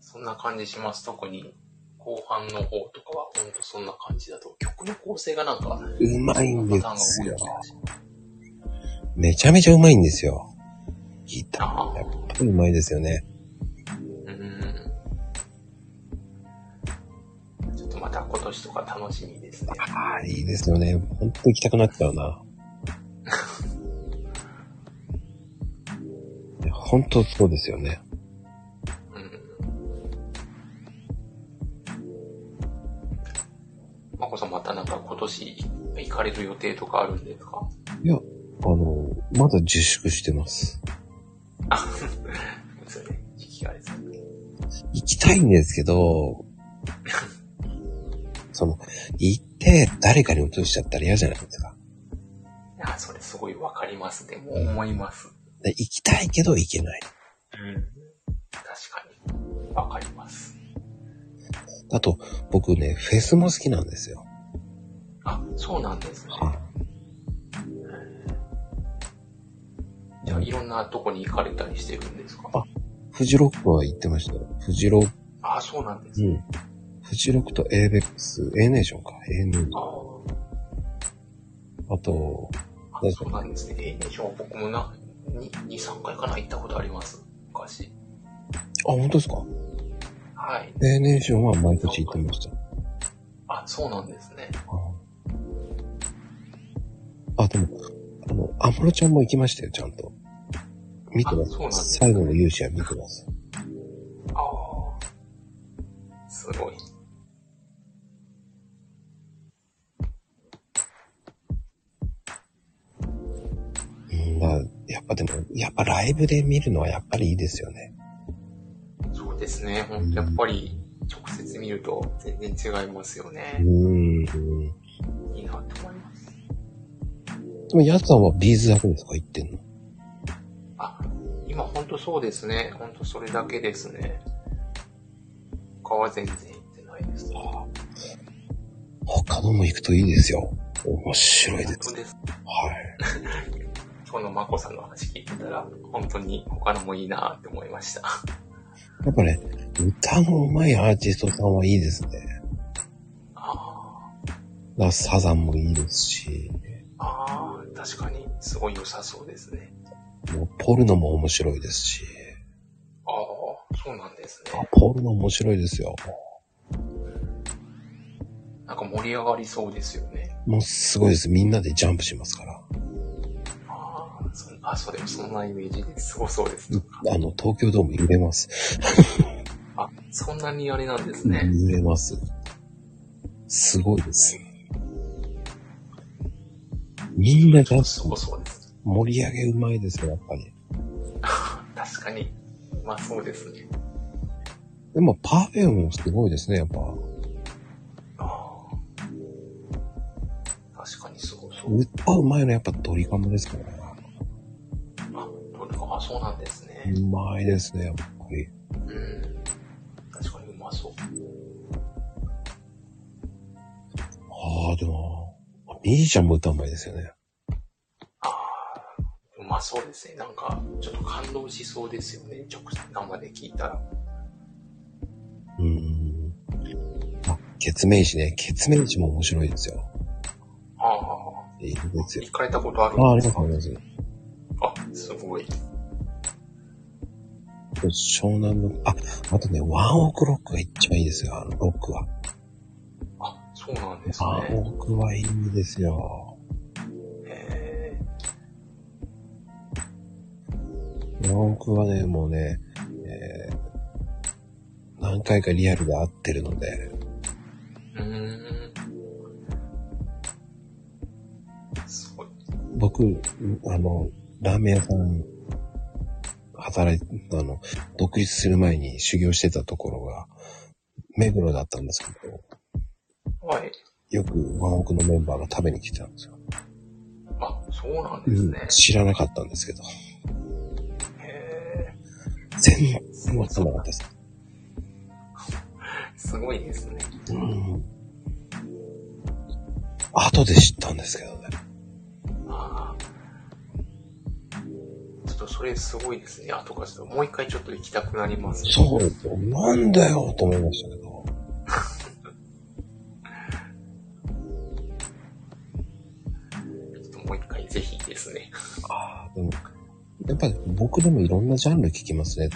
Speaker 2: そんな感じします。特に、後半の方とかは、本当そんな感じだと、曲の構成がなんか、
Speaker 1: うまいんで
Speaker 2: パターンが
Speaker 1: す
Speaker 2: 多い
Speaker 1: よ
Speaker 2: 気。がします
Speaker 1: めちゃめちゃうまいんですよ。ギターやっぱりうまいですよね。
Speaker 2: うん。ちょっとまた今年とか楽しみですね。
Speaker 1: ああ、いいですよね。本当行きたくなっちゃうな。いや本当そうですよね。
Speaker 2: うん。まこさんまたなんか今年行かれる予定とかあるんですか
Speaker 1: あの、まだ自粛してます。
Speaker 2: そうですね。時期があれですね。
Speaker 1: 行きたいんですけど、その、行って誰かに移しちゃったら嫌じゃないですか。
Speaker 2: あ、それすごいわかります。でも思います。
Speaker 1: で行きたいけど行けない。
Speaker 2: うん。確かに。わかります。
Speaker 1: あと、僕ね、フェスも好きなんですよ。
Speaker 2: あ、そうなんですね。じゃあいろんなとこに行かれたりしてるんですか
Speaker 1: あフジロックは行ってましたよ。フジロック、
Speaker 2: あ、そうなんです
Speaker 1: うん。フジロックと a ックス A ネーションか。A ネーション。
Speaker 2: あ
Speaker 1: あと、
Speaker 2: あそうなんですね。えー、じゃあ僕もな、2、2 3回かな行ったことあります。昔。
Speaker 1: あ、本当ですか
Speaker 2: はい。
Speaker 1: ?A ネーションは毎年行ってました。
Speaker 2: あ、そうなんですね。
Speaker 1: あ、でも、あの、アムロちゃんも行きましたよ、ちゃんと。見てま。
Speaker 2: あそうなんですす
Speaker 1: 最後の勇姿は見てます。
Speaker 2: ああ。すごい。
Speaker 1: うん、だからやっぱでも、やっぱライブで見るのはやっぱりいいですよね。
Speaker 2: そうですね。ほんとやっぱり、直接見ると全然違いますよ
Speaker 1: う
Speaker 2: ね。
Speaker 1: ん。で
Speaker 2: いいなって思います。
Speaker 1: も、やつさんはビーズだけですか行ってんの
Speaker 2: あ、今ほんとそうですね。ほんとそれだけですね。他は全然行ってないです。あ、
Speaker 1: 他のも行くといいですよ。面白いで
Speaker 2: 本
Speaker 1: す。
Speaker 2: 当です。
Speaker 1: はい。
Speaker 2: 今日のまこさんの話聞いてたら、本当に他のもいいなって思いました。
Speaker 1: やっぱね、歌の上手いアーティストさんはいいですね。
Speaker 2: あ
Speaker 1: だからサザンもいいですし、
Speaker 2: あ、ああ、確かに、すごい良さそうですね。
Speaker 1: もうポルノも面白いですし、
Speaker 2: ああ、そうなんですね。
Speaker 1: ポルノ面白いですよ。
Speaker 2: なんか盛り上がりそうですよね。
Speaker 1: もうすごいです。みんなでジャンプしますから。
Speaker 2: ああ、そあそれもそんなイメージですごそうです。
Speaker 1: あの、東京ドーム揺れます。
Speaker 2: あ、そんなにあれなんですね。
Speaker 1: 揺れます。すごいです。みんなジャン
Speaker 2: すご
Speaker 1: プ、
Speaker 2: そうです。
Speaker 1: 盛り上げうまいですよ、やっぱり。
Speaker 2: 確かに。まあそうですね。
Speaker 1: でも、パフェもすごいですね、やっぱ。
Speaker 2: ああ。確かにすごそう。
Speaker 1: 歌うまいのはやっぱドリカムですからね。
Speaker 2: あ、どれか、あ、そうなんですね。
Speaker 1: うまいですね、やっぱり。
Speaker 2: うん。確かにうまそう。
Speaker 1: ああ、でも、ミーちゃんも歌うまいですよね。
Speaker 2: ああ、うまそうですね。なんか、ちょっと感動しそうですよね。直接生で聞いたら。
Speaker 1: うーん。あ、ケツメイシね。ケツメイシも面白いですよ。
Speaker 2: ああ、
Speaker 1: いいですよ。
Speaker 2: 行かれたことある
Speaker 1: ああ、あります、あります。
Speaker 2: あ、すごい。
Speaker 1: 湘南の、あ、あとね、ワンオクロックが一番いいですよ、あのロックは。
Speaker 2: あ、そうなんです
Speaker 1: ワン
Speaker 2: ね。
Speaker 1: オクはいいですよ。
Speaker 2: へえ。
Speaker 1: 僕はね、もうね、えー何回かリアルで会ってるので、
Speaker 2: うーん。すごい。
Speaker 1: 僕、あの、ラーメン屋さん、働いて、あの、独立する前に修行してたところが、目黒だったんですけど、
Speaker 2: はい。
Speaker 1: よくワンオクのメンバーが食べに来てたんですよ。
Speaker 2: あ、そうなんですね。
Speaker 1: 知らなかったんですけど、
Speaker 2: へ
Speaker 1: 全然わかんなかったです。
Speaker 2: ーすごいですね。
Speaker 1: うん。後で知ったんですけどね。
Speaker 2: ああ。ちょっとそれすごいですね。あとからちょっともう一回ちょっと行きたくなります、ね。
Speaker 1: そうですよ。なんだよと思いましたけど。
Speaker 2: ちょっともう一回ぜひですね。
Speaker 1: ああ、でも、やっぱり僕でもいろんなジャンル聞きますね。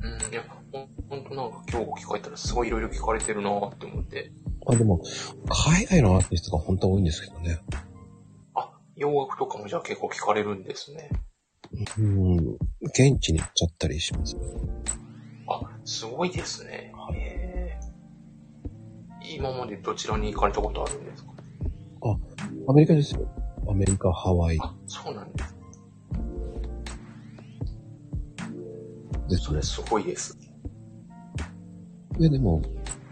Speaker 2: うん、いや、ほんほんとなんか今日聞かれたらすごいいろいろ聞かれてるなーって思って。
Speaker 1: あでも、海外のアーティストが本当は多いんですけどね。
Speaker 2: あ、洋楽とかもじゃあ結構聞かれるんですね。
Speaker 1: うん、現地に行っちゃったりします。
Speaker 2: あ、すごいですね。へー今までどちらに行かれたことあるんですか
Speaker 1: アメリカですよ。アメリカ、ハワイ
Speaker 2: あ、そうなんです。
Speaker 1: です
Speaker 2: それ
Speaker 1: ね。
Speaker 2: すごいです。
Speaker 1: で、でも、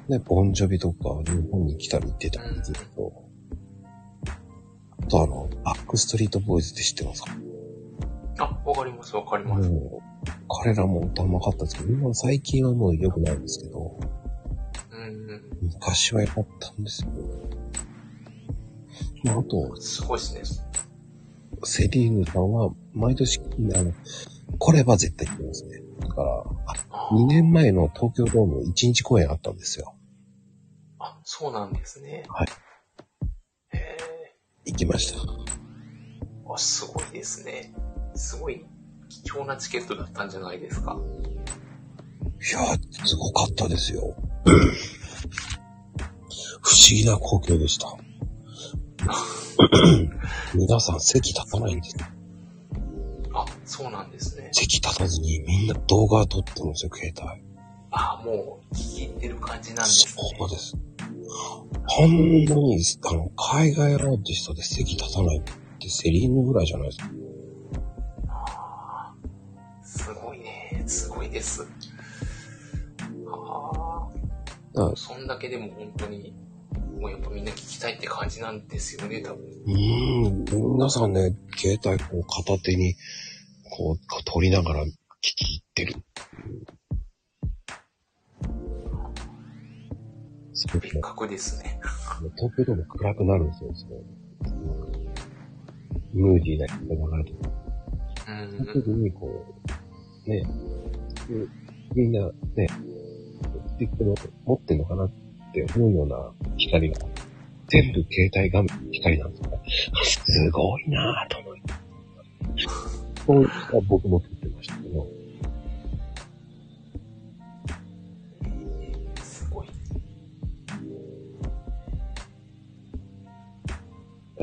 Speaker 1: ね、ボンジョビとか日本に来たり行ってたんですけど。あとあの、バックストリートボーイズって知ってますか
Speaker 2: あ、わかります、わかります。
Speaker 1: もう、彼らも歌うまかったですけど、今最近はもう良くないんですけど、
Speaker 2: うん、
Speaker 1: 昔は良かったんですよ。まあ、あと、
Speaker 2: すごいですね。
Speaker 1: セリーヌさんは毎年、あの、これは絶対行きますね。だから、
Speaker 2: あー
Speaker 1: 2年前の東京ドーム1日公演あったんですよ。
Speaker 2: あ、そうなんですね。
Speaker 1: はい。
Speaker 2: へ
Speaker 1: 行きました。
Speaker 2: ーあ、すごいですね。すごい貴重なチケットだったんじゃないですか。
Speaker 1: いやー、すごかったですよ。不思議な光景でした。 皆さん席立たないんですよ。
Speaker 2: あ、そうなんですね。
Speaker 1: 席立たずにみんな動画撮ってるんですよ、携帯。
Speaker 2: あ、もう聞いてる感じなんですね。
Speaker 1: そうです。ほんまに、あの、海外アーティストで席立たないってセリーヌぐらいじゃないですか。
Speaker 2: あーすごいね。すごいです。あ
Speaker 1: あ
Speaker 2: あ、そんだけでも本当に、もうやっぱみんな聞きたいって感じなんですよね、多分。
Speaker 1: うーん、皆さんね、携帯こう片手に、こう、撮りながら聞き入ってる。そう
Speaker 2: 別格ですね。
Speaker 1: 東京でも暗くなるんですよ、そのムーディーな人が流れて
Speaker 2: う
Speaker 1: その時
Speaker 2: ん。
Speaker 1: に、こう、ね、でみんなね、でこの持ってんのかなって思うような光が、全部携帯画面の光なんですよね。すごいなぁと思いこの光は僕も撮ってましたけど、
Speaker 2: すごい。
Speaker 1: だ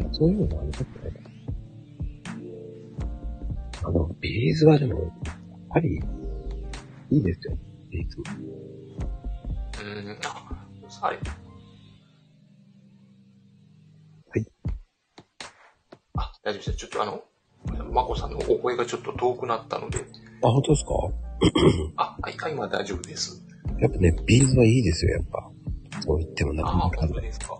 Speaker 1: からそういうのは残ってないから。あの、ビリーズはでも、やっぱり、いいですよ。ビリーズも。
Speaker 2: うん。あ、あれ。
Speaker 1: はい。
Speaker 2: あ、大丈夫です。ちょっとあの、まこさんのお声がちょっと遠くなったので、
Speaker 1: あ、本当ですか
Speaker 2: あ、はい、あ今大丈夫です。
Speaker 1: やっぱね、ビーズはいいですよ、やっぱ。そう言ってもな
Speaker 2: あ
Speaker 1: か
Speaker 2: あ
Speaker 1: な
Speaker 2: ー、
Speaker 1: か
Speaker 2: 本。当ですか。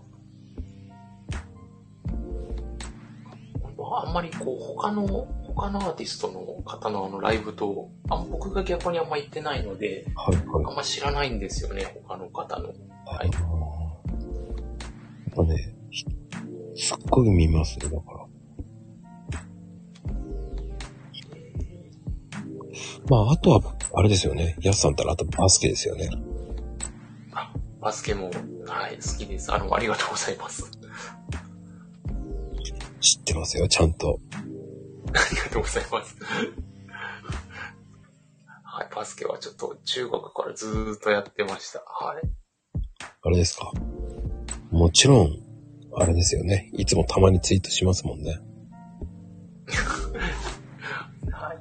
Speaker 2: あんまりこう、他の、他のアーティストの方のあのライブと、あ僕が逆にあんま行ってないので、
Speaker 1: はいはい
Speaker 2: あんま知らないんですよね、他の方の。
Speaker 1: はい。やっぱね、ひすっごい見ますよ、だから。まあ、あとは、あれですよね。やすさんったら、あとバスケですよね。
Speaker 2: あ、バスケも、はい、好きです。あの、ありがとうございます。
Speaker 1: 知ってますよ、ちゃんと。
Speaker 2: ありがとうございます。 はい、バスケはちょっと中学からずーっとやってました。はい。
Speaker 1: あれですか。もちろん、あれですよね。いつもたまにツイートしますもんね。
Speaker 2: はい。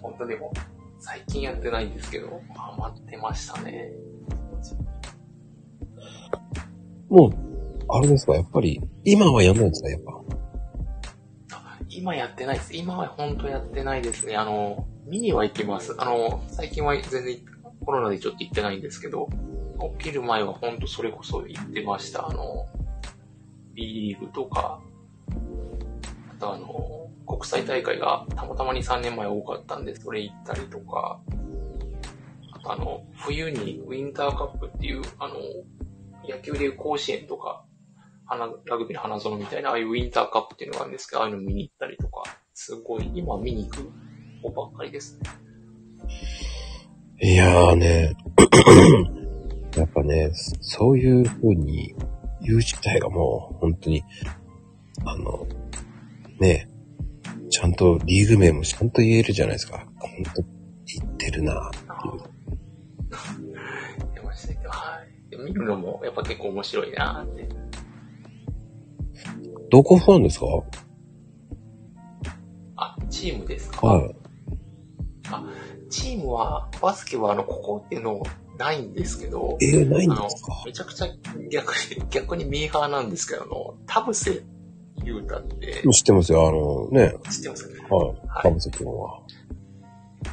Speaker 2: 本当でも、最近やってないんですけど、ハマってましたね。
Speaker 1: もう、あれですか、やっぱり、今はやんないんですか、やっぱ。
Speaker 2: 今やってないです。今は本当やってないですね。あの、見には行きます。あの、最近は全然コロナでちょっと行ってないんですけど、起きる前は本当それこそ行ってました。あの、B リーグとか、あとあの、国際大会がたまたまに3年前多かったんで、それ行ったりとか、あとあの、冬にウィンターカップっていう、あの、野球でいう甲子園とか、花ラグビーの花園みたいな、ああいうウィンターカップっていうのがあるんですけど、ああいうの見に行ったりとか、すごい、今見に行く方ばっかりですね。
Speaker 1: いやーね、 やっぱね、そういう風に言う自体がもう本当に、あの、ね、ちゃんとリーグ名もちゃんと言えるじゃないですか。本当言ってるな。
Speaker 2: 出ましたけど、はい。で見るのもやっぱ結構面白いなーって。
Speaker 1: どこファンですか
Speaker 2: あ、チームですか
Speaker 1: はい。
Speaker 2: チームは、バスケはあの、ここっていうのないんですけど、
Speaker 1: えー、ないん
Speaker 2: あ
Speaker 1: で
Speaker 2: の
Speaker 1: すか、
Speaker 2: めちゃくちゃ逆に、逆にミーハーなんですけど、あの、田臥勇太って、
Speaker 1: 知ってますよ、あのね、
Speaker 2: 知ってますかね
Speaker 1: はい、田臥君は。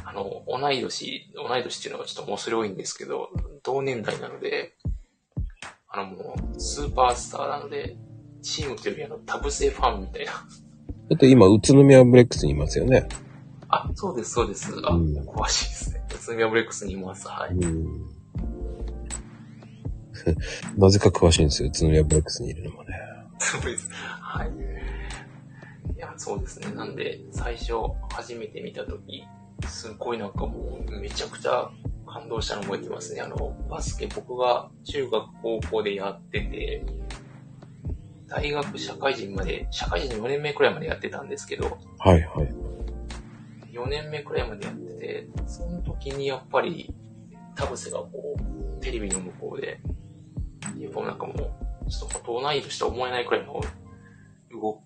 Speaker 2: あの、同い年、同い年っていうのはちょっと面白いんですけど、同年代なので、あのもう、スーパースターなので、チームというよりあの、タブセファンみたいな。
Speaker 1: だって今、宇都宮ブレックスにいますよね。
Speaker 2: あ、そうです、そうです。あ、
Speaker 1: うん
Speaker 2: 詳しいですね。宇都宮ブレックスにいます。はい。
Speaker 1: うん。 なぜか詳しいんですよ、宇都宮ブレックスにいるのもね。
Speaker 2: そうです。はい。いや、そうですね。なんで、最初、初めて見たとき、すっごいなんかもう、めちゃくちゃ感動したの覚えてますね。あの、バスケ僕が中学、高校でやってて、大学、社会人まで、社会人4年目くらいまでやってたんですけど、
Speaker 1: はい、はい。
Speaker 2: 4年目くらいまでやってて、その時にやっぱり、田臥がこう、テレビの向こうで、やっぱなんかもう、ちょっと同い年とは思えないくらいの動く、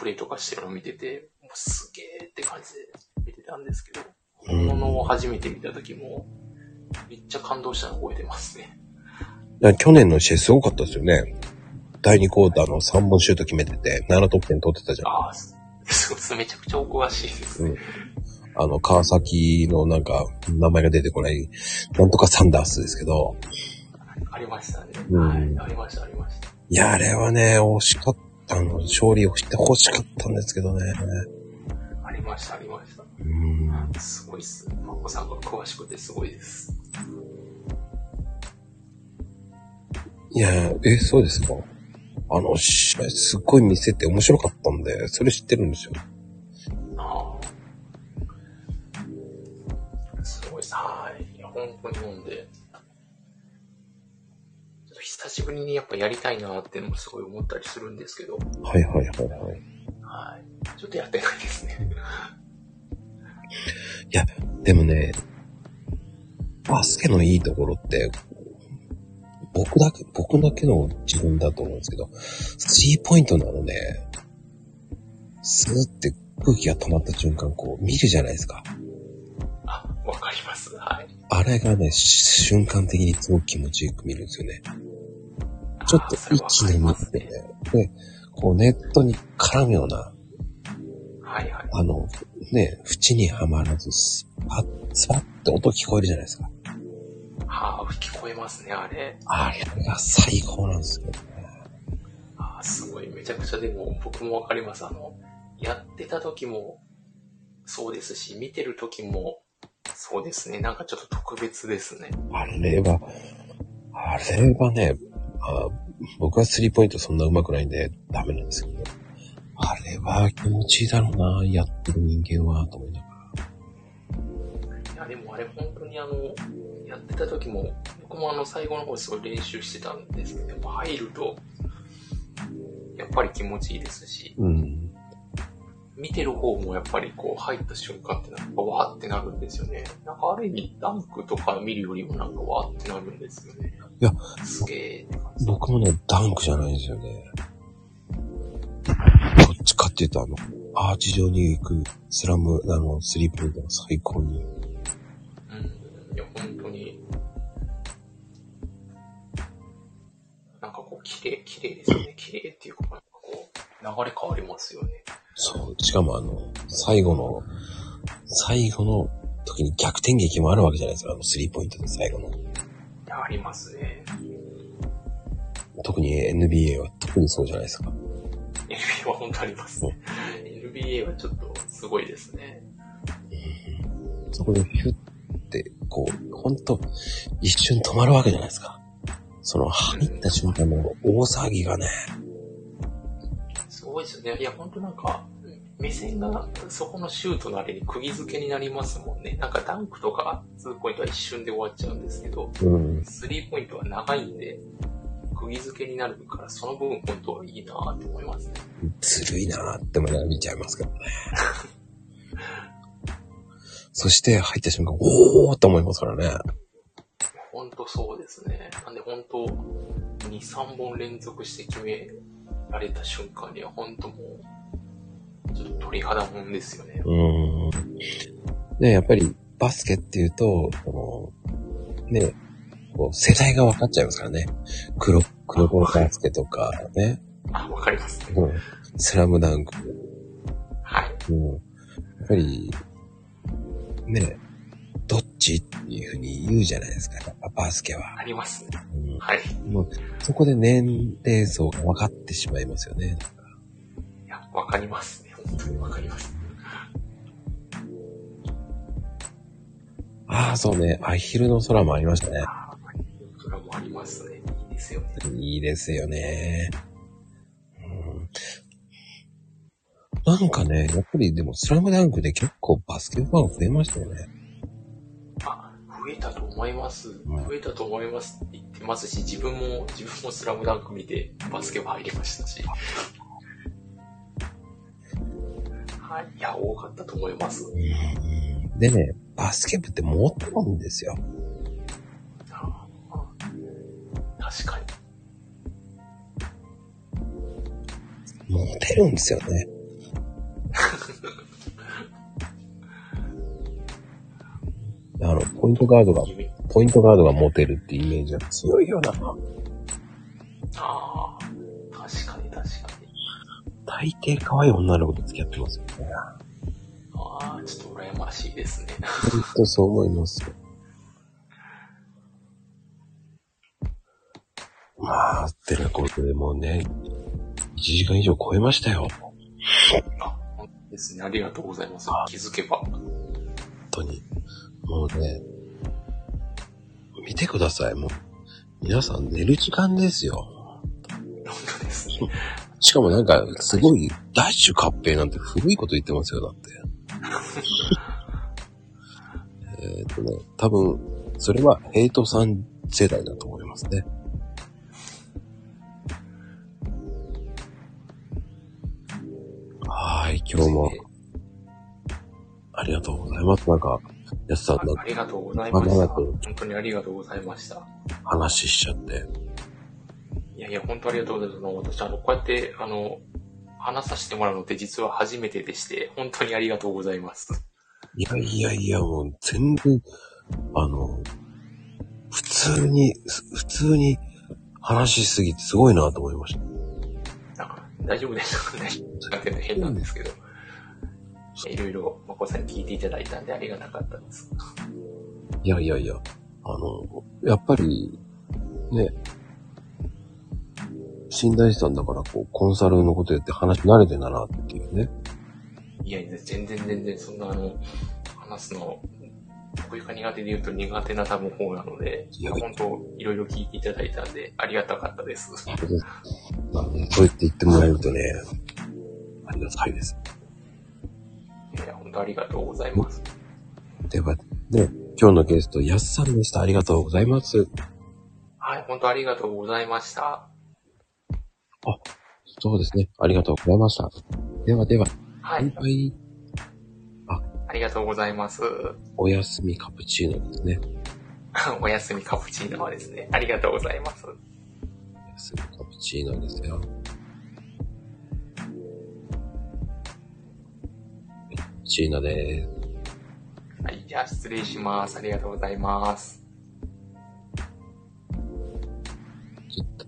Speaker 2: プレイとかしてるのを見てて、もうすげーって感じで見てたんですけど、
Speaker 1: うん
Speaker 2: 本物を初めて見た時も、めっちゃ感動したの覚えてますね。
Speaker 1: だから去年の試合すごかったですよね。第2クォーターの3本シュート決めてて、7得点取ってたじゃん。
Speaker 2: ああ、すそうです。めちゃくちゃお詳しいですね。
Speaker 1: あの、川崎のなんか、名前が出てこない、なんとかサンダースですけど、
Speaker 2: ありましたね。
Speaker 1: うん
Speaker 2: はい。ありました、ありました。
Speaker 1: いや、あれはね、惜しかった、あの、勝利をして欲しかったんですけどね。
Speaker 2: ありました、ありました。
Speaker 1: うん。
Speaker 2: すごいっす。マコさんが詳しくてすごいです。
Speaker 1: いや、え、そうですか。あの、試合すっごい見せて面白かったんで、それ知ってるんですよ。
Speaker 2: ああ。すごいっす。はい。いや、本当に飲んで。ちょっと久しぶりにやっぱやりたいなーってのもすごい思ったりするんですけど、
Speaker 1: はいはいはいはい。
Speaker 2: はい。ちょっとやってないですね。
Speaker 1: でもね、バスケのいいところって、僕だけ、僕だけの自分だと思うんですけど、スリーポイントなので、スーって空気が溜まった瞬間、こう見るじゃないですか。
Speaker 2: あ、わかります。はい。
Speaker 1: あれがね、し瞬間的にすごく気持ちよく見るんですよね。ちょっと
Speaker 2: あーそれわ
Speaker 1: 一
Speaker 2: かり
Speaker 1: 気に見
Speaker 2: ま
Speaker 1: て
Speaker 2: す
Speaker 1: て
Speaker 2: ね
Speaker 1: ね。。で、こうネットに絡むような、
Speaker 2: はいはい。
Speaker 1: あの、ね、縁にはまらず、スパッ、スパッって音聞こえるじゃないですか。
Speaker 2: はあ、聞こえますね、あれ。
Speaker 1: あれが最高なんですよね。
Speaker 2: あーすごい、めちゃくちゃでも僕もわかります。あの、やってた時もそうですし、見てる時もそうですね。なんかちょっと特別ですね。
Speaker 1: あれは、あれはね、あ僕はスリーポイントそんな上手くないんでダメなんですけど、あれは気持ちいいだろうな、やってる人間は、と思いながら。
Speaker 2: いや、でもあれ本当にあの、やってた時も、僕もあの最後の方すごい練習してたんですけど、やっぱ入ると、やっぱり気持ちいいですし、
Speaker 1: うん。
Speaker 2: 見てる方もやっぱりこう入った瞬間ってなんかわーってなるんですよね。なんかある意味ダンクとか見るよりもなんかわーってなるんですよね。
Speaker 1: いや、
Speaker 2: すげーって感じ。
Speaker 1: 僕もね、ダンクじゃないんですよね。どっちかっていうと、あの、アーチ上に行くスラム、あの、スリープでも最高に。
Speaker 2: うん。いや、本当に。なんかこう、綺麗、綺麗ですよね。綺麗っていうか、なんかこう、流れ変わりますよね。
Speaker 1: そう。しかもあの、最後の、最後の時に逆転劇もあるわけじゃないですか。あの、スリーポイントの最後の。
Speaker 2: いや、ありますね。
Speaker 1: 特に NBA は特にそうじゃないですか。
Speaker 2: NBA は本当ありますね。NBA はちょっとすごいですね。
Speaker 1: そこでヒュッて、こう、ほんと、一瞬止まるわけじゃないですか。その、入った瞬間の大騒ぎがね、
Speaker 2: すごいですよね。いや、本当なんか、目線がそこのシュートのあれに釘付けになりますもんね。なんかダンクとかツーポイントは一瞬で終わっちゃうんですけど、
Speaker 1: うん。
Speaker 2: スリーポイントは長いんで、釘付けになるから、その分本当はいいなぁと思いますね。
Speaker 1: ずるいなーって思いながら見ちゃいます けどね。そして入った瞬間、おーって思いますからね。
Speaker 2: 本当そうですね。なんで本当、2、3本連続して決められた瞬間には本当もう、ちょっと鳥肌もんですよね。
Speaker 1: うん。ねやっぱりバスケっていうと、この、ね、こう世代が分かっちゃいますからね。黒、黒子バスケとかね、
Speaker 2: あ、わかりますね。
Speaker 1: うんスラムダンク
Speaker 2: はい。
Speaker 1: もう、やっぱり、ね、どっちっていうふうに言うじゃないですか、やっぱバスケは。
Speaker 2: ありますね。
Speaker 1: うん
Speaker 2: はい。
Speaker 1: もうそこで年齢層が分かってしまいますよね。
Speaker 2: いや、わかりますね。本当にわかります。
Speaker 1: ああ、そうね、アヒルの空もありましたね。
Speaker 2: ああ、それもありますね。いいですよね。
Speaker 1: いいですよね。うんなんかね、やっぱりでも、スラムダンクで結構バスケファン増えましたよね。
Speaker 2: あ、増えたと思います。
Speaker 1: ん
Speaker 2: 増えたと思いますって言ってますし、自分も、自分もスラムダンク見て、バスケも入りましたし。はい。いや、多かったと思います。
Speaker 1: でね、バスケ部って持ってるんですよ。
Speaker 2: あー確かに。
Speaker 1: モテるんですよ ね。あの、ポイントガードが、
Speaker 2: 夢
Speaker 1: ポイントガードがモテるっていうイメージが強いよな。
Speaker 2: ああ、確かに確かに。
Speaker 1: 大抵可愛い女の子と付き合ってますよね。
Speaker 2: ああ、ちょっと羨ましいですね。
Speaker 1: 本当そう思いますよ。まあ、ってなことでもうね、1時間以上超えましたよ。本
Speaker 2: あ、本当ですね。ありがとうございます。気づけば。
Speaker 1: 当に。もうね、見てください。もう、皆さん寝る時間ですよ。
Speaker 2: 本当ですね。
Speaker 1: しかもなんか、すごい、ダッシュ合併なんて古いこと言ってますよ、だって。 えっとね、多分、それはヘイトさん世代だと思いますね。はーい、今日もありがとうございます。なんか、やつさんの
Speaker 2: ありがとうございまし
Speaker 1: ま
Speaker 2: た。
Speaker 1: だと
Speaker 2: 本当にありがとうございました。
Speaker 1: 話しちゃって。
Speaker 2: いやいや、本当ありがとうございます。私、あの、こうやって、あの、話させてもらうのって実は初めてでして、本当にありがとうございます。
Speaker 1: いやいやいや、もう全然、あの、普通に、す普通に話しすぎてすごいなと思いました。
Speaker 2: なんか、大丈夫ですかね なんか変なんですけど。いろいろ、まこさんに聞いていただいたんでありがなかったんです。
Speaker 1: いやいやいや、あの、やっぱり、ね、新大師さんだからこう、コンサルのことやって話慣れてんだなっていうね。
Speaker 2: いやいや、全然全然、そんなあの、話すの、こういうか苦手で言うと苦手な多分方なので、
Speaker 1: いや
Speaker 2: 本当、いろいろ聞いていただいたんで、ありがたかったです。
Speaker 1: まあねそうやって言ってもらえるとね、ありがたいです。
Speaker 2: いやいや、本当ありがとうございます。
Speaker 1: では、ね、今日のゲスト、やすさんでした。ありがとうございます。
Speaker 2: はい、本当ありがとうございました。
Speaker 1: そうですね。ありがとうございました。ではでは、
Speaker 2: は
Speaker 1: 乾
Speaker 2: い、
Speaker 1: 杯。
Speaker 2: ありがとうございます。
Speaker 1: おやすみカプチーノですね。
Speaker 2: おやすみカプチーノはですね、ありがとうございます。
Speaker 1: おやすみカプチーノですよ。椎名です。
Speaker 2: はい、じゃあ失礼します。ありがとうございます。